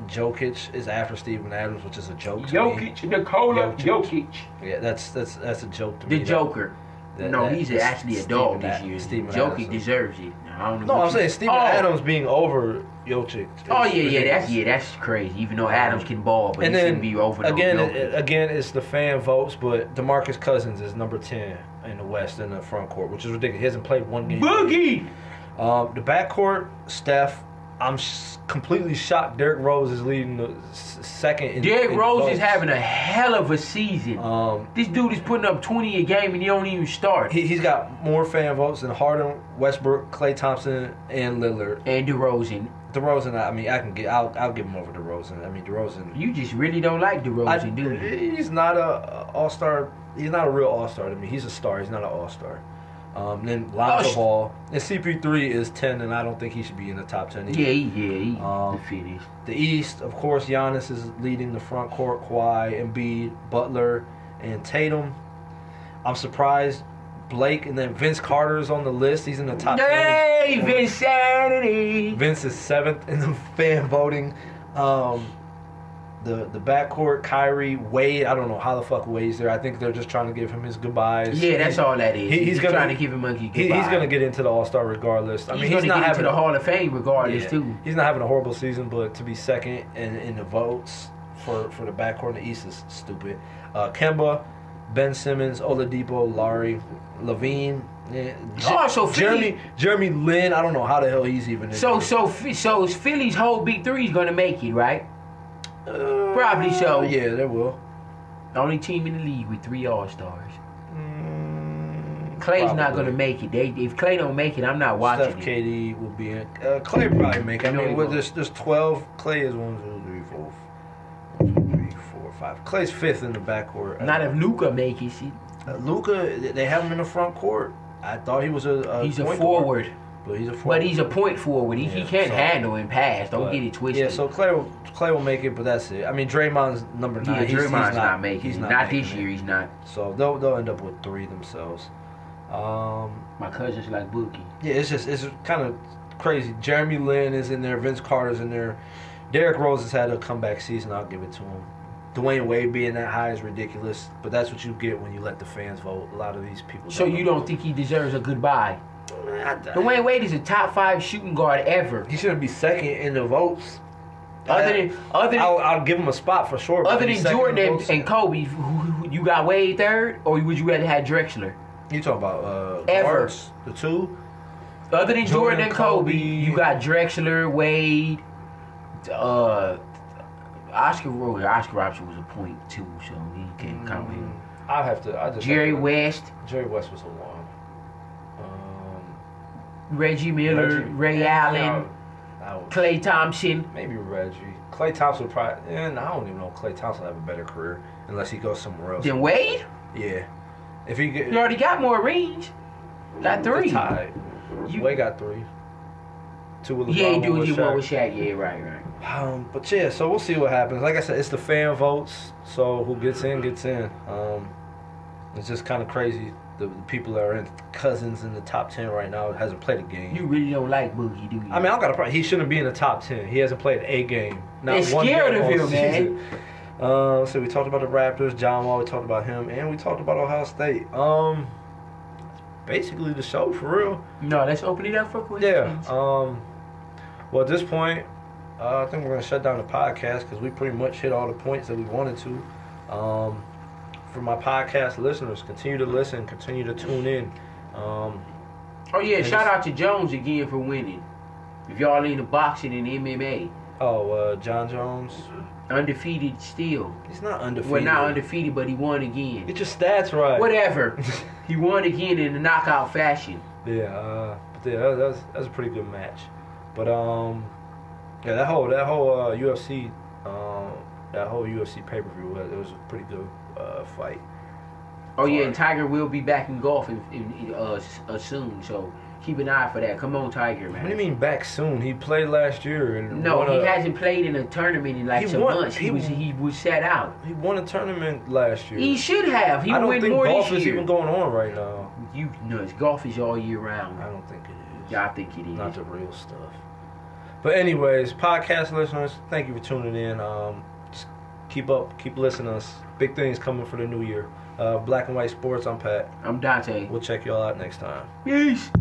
[SPEAKER 1] Jokic is after Steven Adams, which is a joke. To me.
[SPEAKER 2] Nikola
[SPEAKER 1] Jokic. Yeah, that's that's that's a joke to
[SPEAKER 2] The
[SPEAKER 1] me.
[SPEAKER 2] Joker.
[SPEAKER 1] That, That-
[SPEAKER 2] no,
[SPEAKER 1] that-
[SPEAKER 2] he's actually a
[SPEAKER 1] Steven
[SPEAKER 2] dog this
[SPEAKER 1] Ad-
[SPEAKER 2] year.
[SPEAKER 1] Steven
[SPEAKER 2] Jokic
[SPEAKER 1] Adams.
[SPEAKER 2] deserves it. Now, I don't know
[SPEAKER 1] No,
[SPEAKER 2] what
[SPEAKER 1] I'm
[SPEAKER 2] you-
[SPEAKER 1] saying Steven
[SPEAKER 2] oh.
[SPEAKER 1] Adams being over Jokic. is
[SPEAKER 2] Oh yeah, yeah, that's
[SPEAKER 1] ridiculous.
[SPEAKER 2] yeah, that's crazy. Even though Adams can ball, but
[SPEAKER 1] And
[SPEAKER 2] he
[SPEAKER 1] then
[SPEAKER 2] shouldn't be over
[SPEAKER 1] again,
[SPEAKER 2] no
[SPEAKER 1] it, it- again, it's the fan votes, but DeMarcus Cousins is number ten in the West in the front court, which is ridiculous. He hasn't played one game.
[SPEAKER 2] Boogie.
[SPEAKER 1] Um, the backcourt, Steph. I'm s completely shocked. Derrick Rose is leading the s- second. In,
[SPEAKER 2] Derrick
[SPEAKER 1] in
[SPEAKER 2] Rose
[SPEAKER 1] votes.
[SPEAKER 2] is having a hell of a season.
[SPEAKER 1] Um,
[SPEAKER 2] this dude is putting up 20 a game and he don't even start.
[SPEAKER 1] he, he's got more fan votes than Harden, Westbrook, Clay Thompson, and Lillard.
[SPEAKER 2] and DeRozan,
[SPEAKER 1] DeRozan, I mean, I can get, I'll, I'll give him over DeRozan. I mean, DeRozan.
[SPEAKER 2] you just really don't like
[SPEAKER 1] I,
[SPEAKER 2] DeRozan, do you?
[SPEAKER 1] he's not a all star. He's not a real all star to me. He's a star. He's not an all star. Um, then Lonzo
[SPEAKER 2] Oh, sh-
[SPEAKER 1] Ball and CP3 is ten, and I don't think he should be in the top ten. either.
[SPEAKER 2] Yeah, he- yeah, he,
[SPEAKER 1] Um,
[SPEAKER 2] he finished.
[SPEAKER 1] The East, of course, Giannis is leading the front court. Kawhi, Embiid, Butler, and Tatum. I'm surprised Blake and then Vince Carter is on the list. He's in the top. 10.
[SPEAKER 2] Hey, Vinsanity!
[SPEAKER 1] Vince is seventh in the fan voting. Um, the the backcourt, Kyrie, Wade. I don't know how the fuck Wade's there. I think they're just trying to give him his goodbyes.
[SPEAKER 2] Yeah, that's all that is.
[SPEAKER 1] He- he's
[SPEAKER 2] he's
[SPEAKER 1] gonna-
[SPEAKER 2] trying to give him monkey.
[SPEAKER 1] He, he's gonna get into the All Star regardless. I mean, he's,
[SPEAKER 2] gonna
[SPEAKER 1] not
[SPEAKER 2] get
[SPEAKER 1] having
[SPEAKER 2] into the Hall of Fame regardless
[SPEAKER 1] yeah,
[SPEAKER 2] too.
[SPEAKER 1] He's not having a horrible season, but to be second in, in the votes for for the backcourt in the East is stupid. Uh, Kemba, Ben Simmons, Oladipo, Larry, Levine. Yeah,
[SPEAKER 2] Oh, so
[SPEAKER 1] Jeremy Jeremy Lin. I don't know how the hell he's even. in
[SPEAKER 2] So
[SPEAKER 1] there.
[SPEAKER 2] so Ph- so is Philly's whole big three is gonna make it, right?
[SPEAKER 1] Uh,
[SPEAKER 2] Probably so.
[SPEAKER 1] Yeah, they will.
[SPEAKER 2] The only team in the league with three All Stars. Mm, Clay's not
[SPEAKER 1] Probably.
[SPEAKER 2] gonna make it. They, if Clay don't make it, I'm not watching
[SPEAKER 1] Steph,
[SPEAKER 2] it.
[SPEAKER 1] KD will be in. Uh, Clay probably make. it. I
[SPEAKER 2] No, he
[SPEAKER 1] mean, with
[SPEAKER 2] won't.
[SPEAKER 1] this, there's 12. Clay is one, two, three, four, one, two, three, four, five. Clay's fifth in the backcourt.
[SPEAKER 2] Not if Luca make it. Shit.
[SPEAKER 1] Luca, they have him in the front court. I thought he was a. a
[SPEAKER 2] He's a
[SPEAKER 1] point guard,
[SPEAKER 2] forward,
[SPEAKER 1] but he's a forward.
[SPEAKER 2] but he's a point forward. He, he
[SPEAKER 1] Yeah,
[SPEAKER 2] can't
[SPEAKER 1] so-
[SPEAKER 2] handle and pass. Don't
[SPEAKER 1] But-
[SPEAKER 2] get it twisted.
[SPEAKER 1] Yeah, so Clay will, Clay will make it, but that's it. I mean, Draymond's number
[SPEAKER 2] Yeah,
[SPEAKER 1] nine. He's-
[SPEAKER 2] Draymond's
[SPEAKER 1] he's
[SPEAKER 2] not, making
[SPEAKER 1] he's
[SPEAKER 2] it. Not,
[SPEAKER 1] making
[SPEAKER 2] this
[SPEAKER 1] it.
[SPEAKER 2] year. He's not.
[SPEAKER 1] So they'll they'll end up with three themselves. Um,
[SPEAKER 2] My cousin's like Boogie.
[SPEAKER 1] Yeah, it's just it's kind of crazy. Jeremy Lin is in there. Vince Carter's in there. Derrick Rose has had a comeback season. I'll give it to him. Dwayne Wade being that high is ridiculous, but that's what you get when you let the fans vote. A lot of these people.
[SPEAKER 2] So you don't think he deserves a goodbye?
[SPEAKER 1] Dwayne,
[SPEAKER 2] Dwayne Wade is a top five shooting guard ever.
[SPEAKER 1] he shouldn't be second in the votes.
[SPEAKER 2] Other than other than,
[SPEAKER 1] I'll, I'll give him a spot for sure. but
[SPEAKER 2] other
[SPEAKER 1] he's
[SPEAKER 2] than
[SPEAKER 1] second in the
[SPEAKER 2] Jordan
[SPEAKER 1] votes.
[SPEAKER 2] and, and Kobe, who- who- you got Wade third, or would you rather have Drexler?
[SPEAKER 1] you talking about uh,
[SPEAKER 2] Ever.
[SPEAKER 1] guards, the two?
[SPEAKER 2] Other than Jordan,
[SPEAKER 1] Jordan,
[SPEAKER 2] and Kobe,
[SPEAKER 1] Kobe.
[SPEAKER 2] you got Drexler, Wade, uh, Oscar Roy. Oscar Robinson was a point too, so he can't count him.
[SPEAKER 1] Mm, I have to. I just have
[SPEAKER 2] Jerry
[SPEAKER 1] to-
[SPEAKER 2] West,
[SPEAKER 1] Jerry West was a one. Um,
[SPEAKER 2] Reggie Miller,
[SPEAKER 1] Reggie-
[SPEAKER 2] Ray
[SPEAKER 1] Yeah,
[SPEAKER 2] Allen,
[SPEAKER 1] I would-
[SPEAKER 2] Clay Thompson.
[SPEAKER 1] Maybe Reggie. Clay Thompson probably. And I don't even know if Clay Thompson will have a better career unless he goes somewhere else.
[SPEAKER 2] Then Wade,
[SPEAKER 1] Yeah. If he get
[SPEAKER 2] you already got more rings. Got three.
[SPEAKER 1] They're tied.
[SPEAKER 2] You-
[SPEAKER 1] Wade got three. Two with LeBron.
[SPEAKER 2] Yeah,
[SPEAKER 1] one
[SPEAKER 2] dude,
[SPEAKER 1] with
[SPEAKER 2] you
[SPEAKER 1] Shaq.
[SPEAKER 2] one with Shaq. Yeah, right, right.
[SPEAKER 1] Um, but yeah, so we'll see what happens. Like I said, it's the fan votes. So who gets in gets in. Um, it's just kind of crazy. The, the people that are in cousins in the top ten right now hasn't played a game.
[SPEAKER 2] You really don't like Boogie, do you?
[SPEAKER 1] I mean, I don't got a problem. He shouldn't be in the top ten. He hasn't played a game. Not
[SPEAKER 2] They're
[SPEAKER 1] one
[SPEAKER 2] scared
[SPEAKER 1] game
[SPEAKER 2] of him,
[SPEAKER 1] all
[SPEAKER 2] man.
[SPEAKER 1] season. Uh, so we talked about the Raptors, John Wall. We talked about him, and we talked about Ohio State. Um, basically the show for real.
[SPEAKER 2] no, let's open it up for
[SPEAKER 1] Yeah.
[SPEAKER 2] questions.
[SPEAKER 1] Um, well, at this point, uh, I think we're gonna shut down the podcast because we pretty much hit all the points that we wanted to. Um, for my podcast listeners, continue to listen, continue to tune in. Um,
[SPEAKER 2] oh yeah,
[SPEAKER 1] and
[SPEAKER 2] shout
[SPEAKER 1] it's-
[SPEAKER 2] out to Jones again for winning. If y'all into boxing and MMA,
[SPEAKER 1] oh, uh, John Jones.
[SPEAKER 2] undefeated still.
[SPEAKER 1] He's not undefeated.
[SPEAKER 2] Well, not undefeated, but he won again.
[SPEAKER 1] Get your stats right.
[SPEAKER 2] Whatever. he won again in a knockout fashion.
[SPEAKER 1] Yeah, uh, but yeah, that, that's that's a pretty good match. But um, yeah, that whole that whole uh, UFC um that whole UFC pay per view was it was a pretty good uh, fight.
[SPEAKER 2] Oh yeah, and Tiger will be back in golf in, in, uh, s- uh, soon. So keep an eye for that. Come on, Tiger, man.
[SPEAKER 1] What do you mean back soon? He played last year and
[SPEAKER 2] No,
[SPEAKER 1] won
[SPEAKER 2] he
[SPEAKER 1] a,
[SPEAKER 2] hasn't played in a tournament in like
[SPEAKER 1] He
[SPEAKER 2] some
[SPEAKER 1] won-
[SPEAKER 2] months. He,
[SPEAKER 1] he-
[SPEAKER 2] was he was sat out.
[SPEAKER 1] he won a tournament last year.
[SPEAKER 2] He should have. He
[SPEAKER 1] I don't
[SPEAKER 2] win
[SPEAKER 1] think
[SPEAKER 2] more
[SPEAKER 1] golf
[SPEAKER 2] this
[SPEAKER 1] is
[SPEAKER 2] year.
[SPEAKER 1] even going on right now.
[SPEAKER 2] You nuts. Golf is all year round.
[SPEAKER 1] I don't think it is.
[SPEAKER 2] Yeah, I think it is.
[SPEAKER 1] not the real stuff. But anyways, podcast listeners, thank you for tuning in. Um, just keep up, keep listening to us. Big things coming for the new year. Uh, Black and White Sports. I'm Pat.
[SPEAKER 2] I'm Dante.
[SPEAKER 1] We'll check y'all out next time.
[SPEAKER 2] Peace.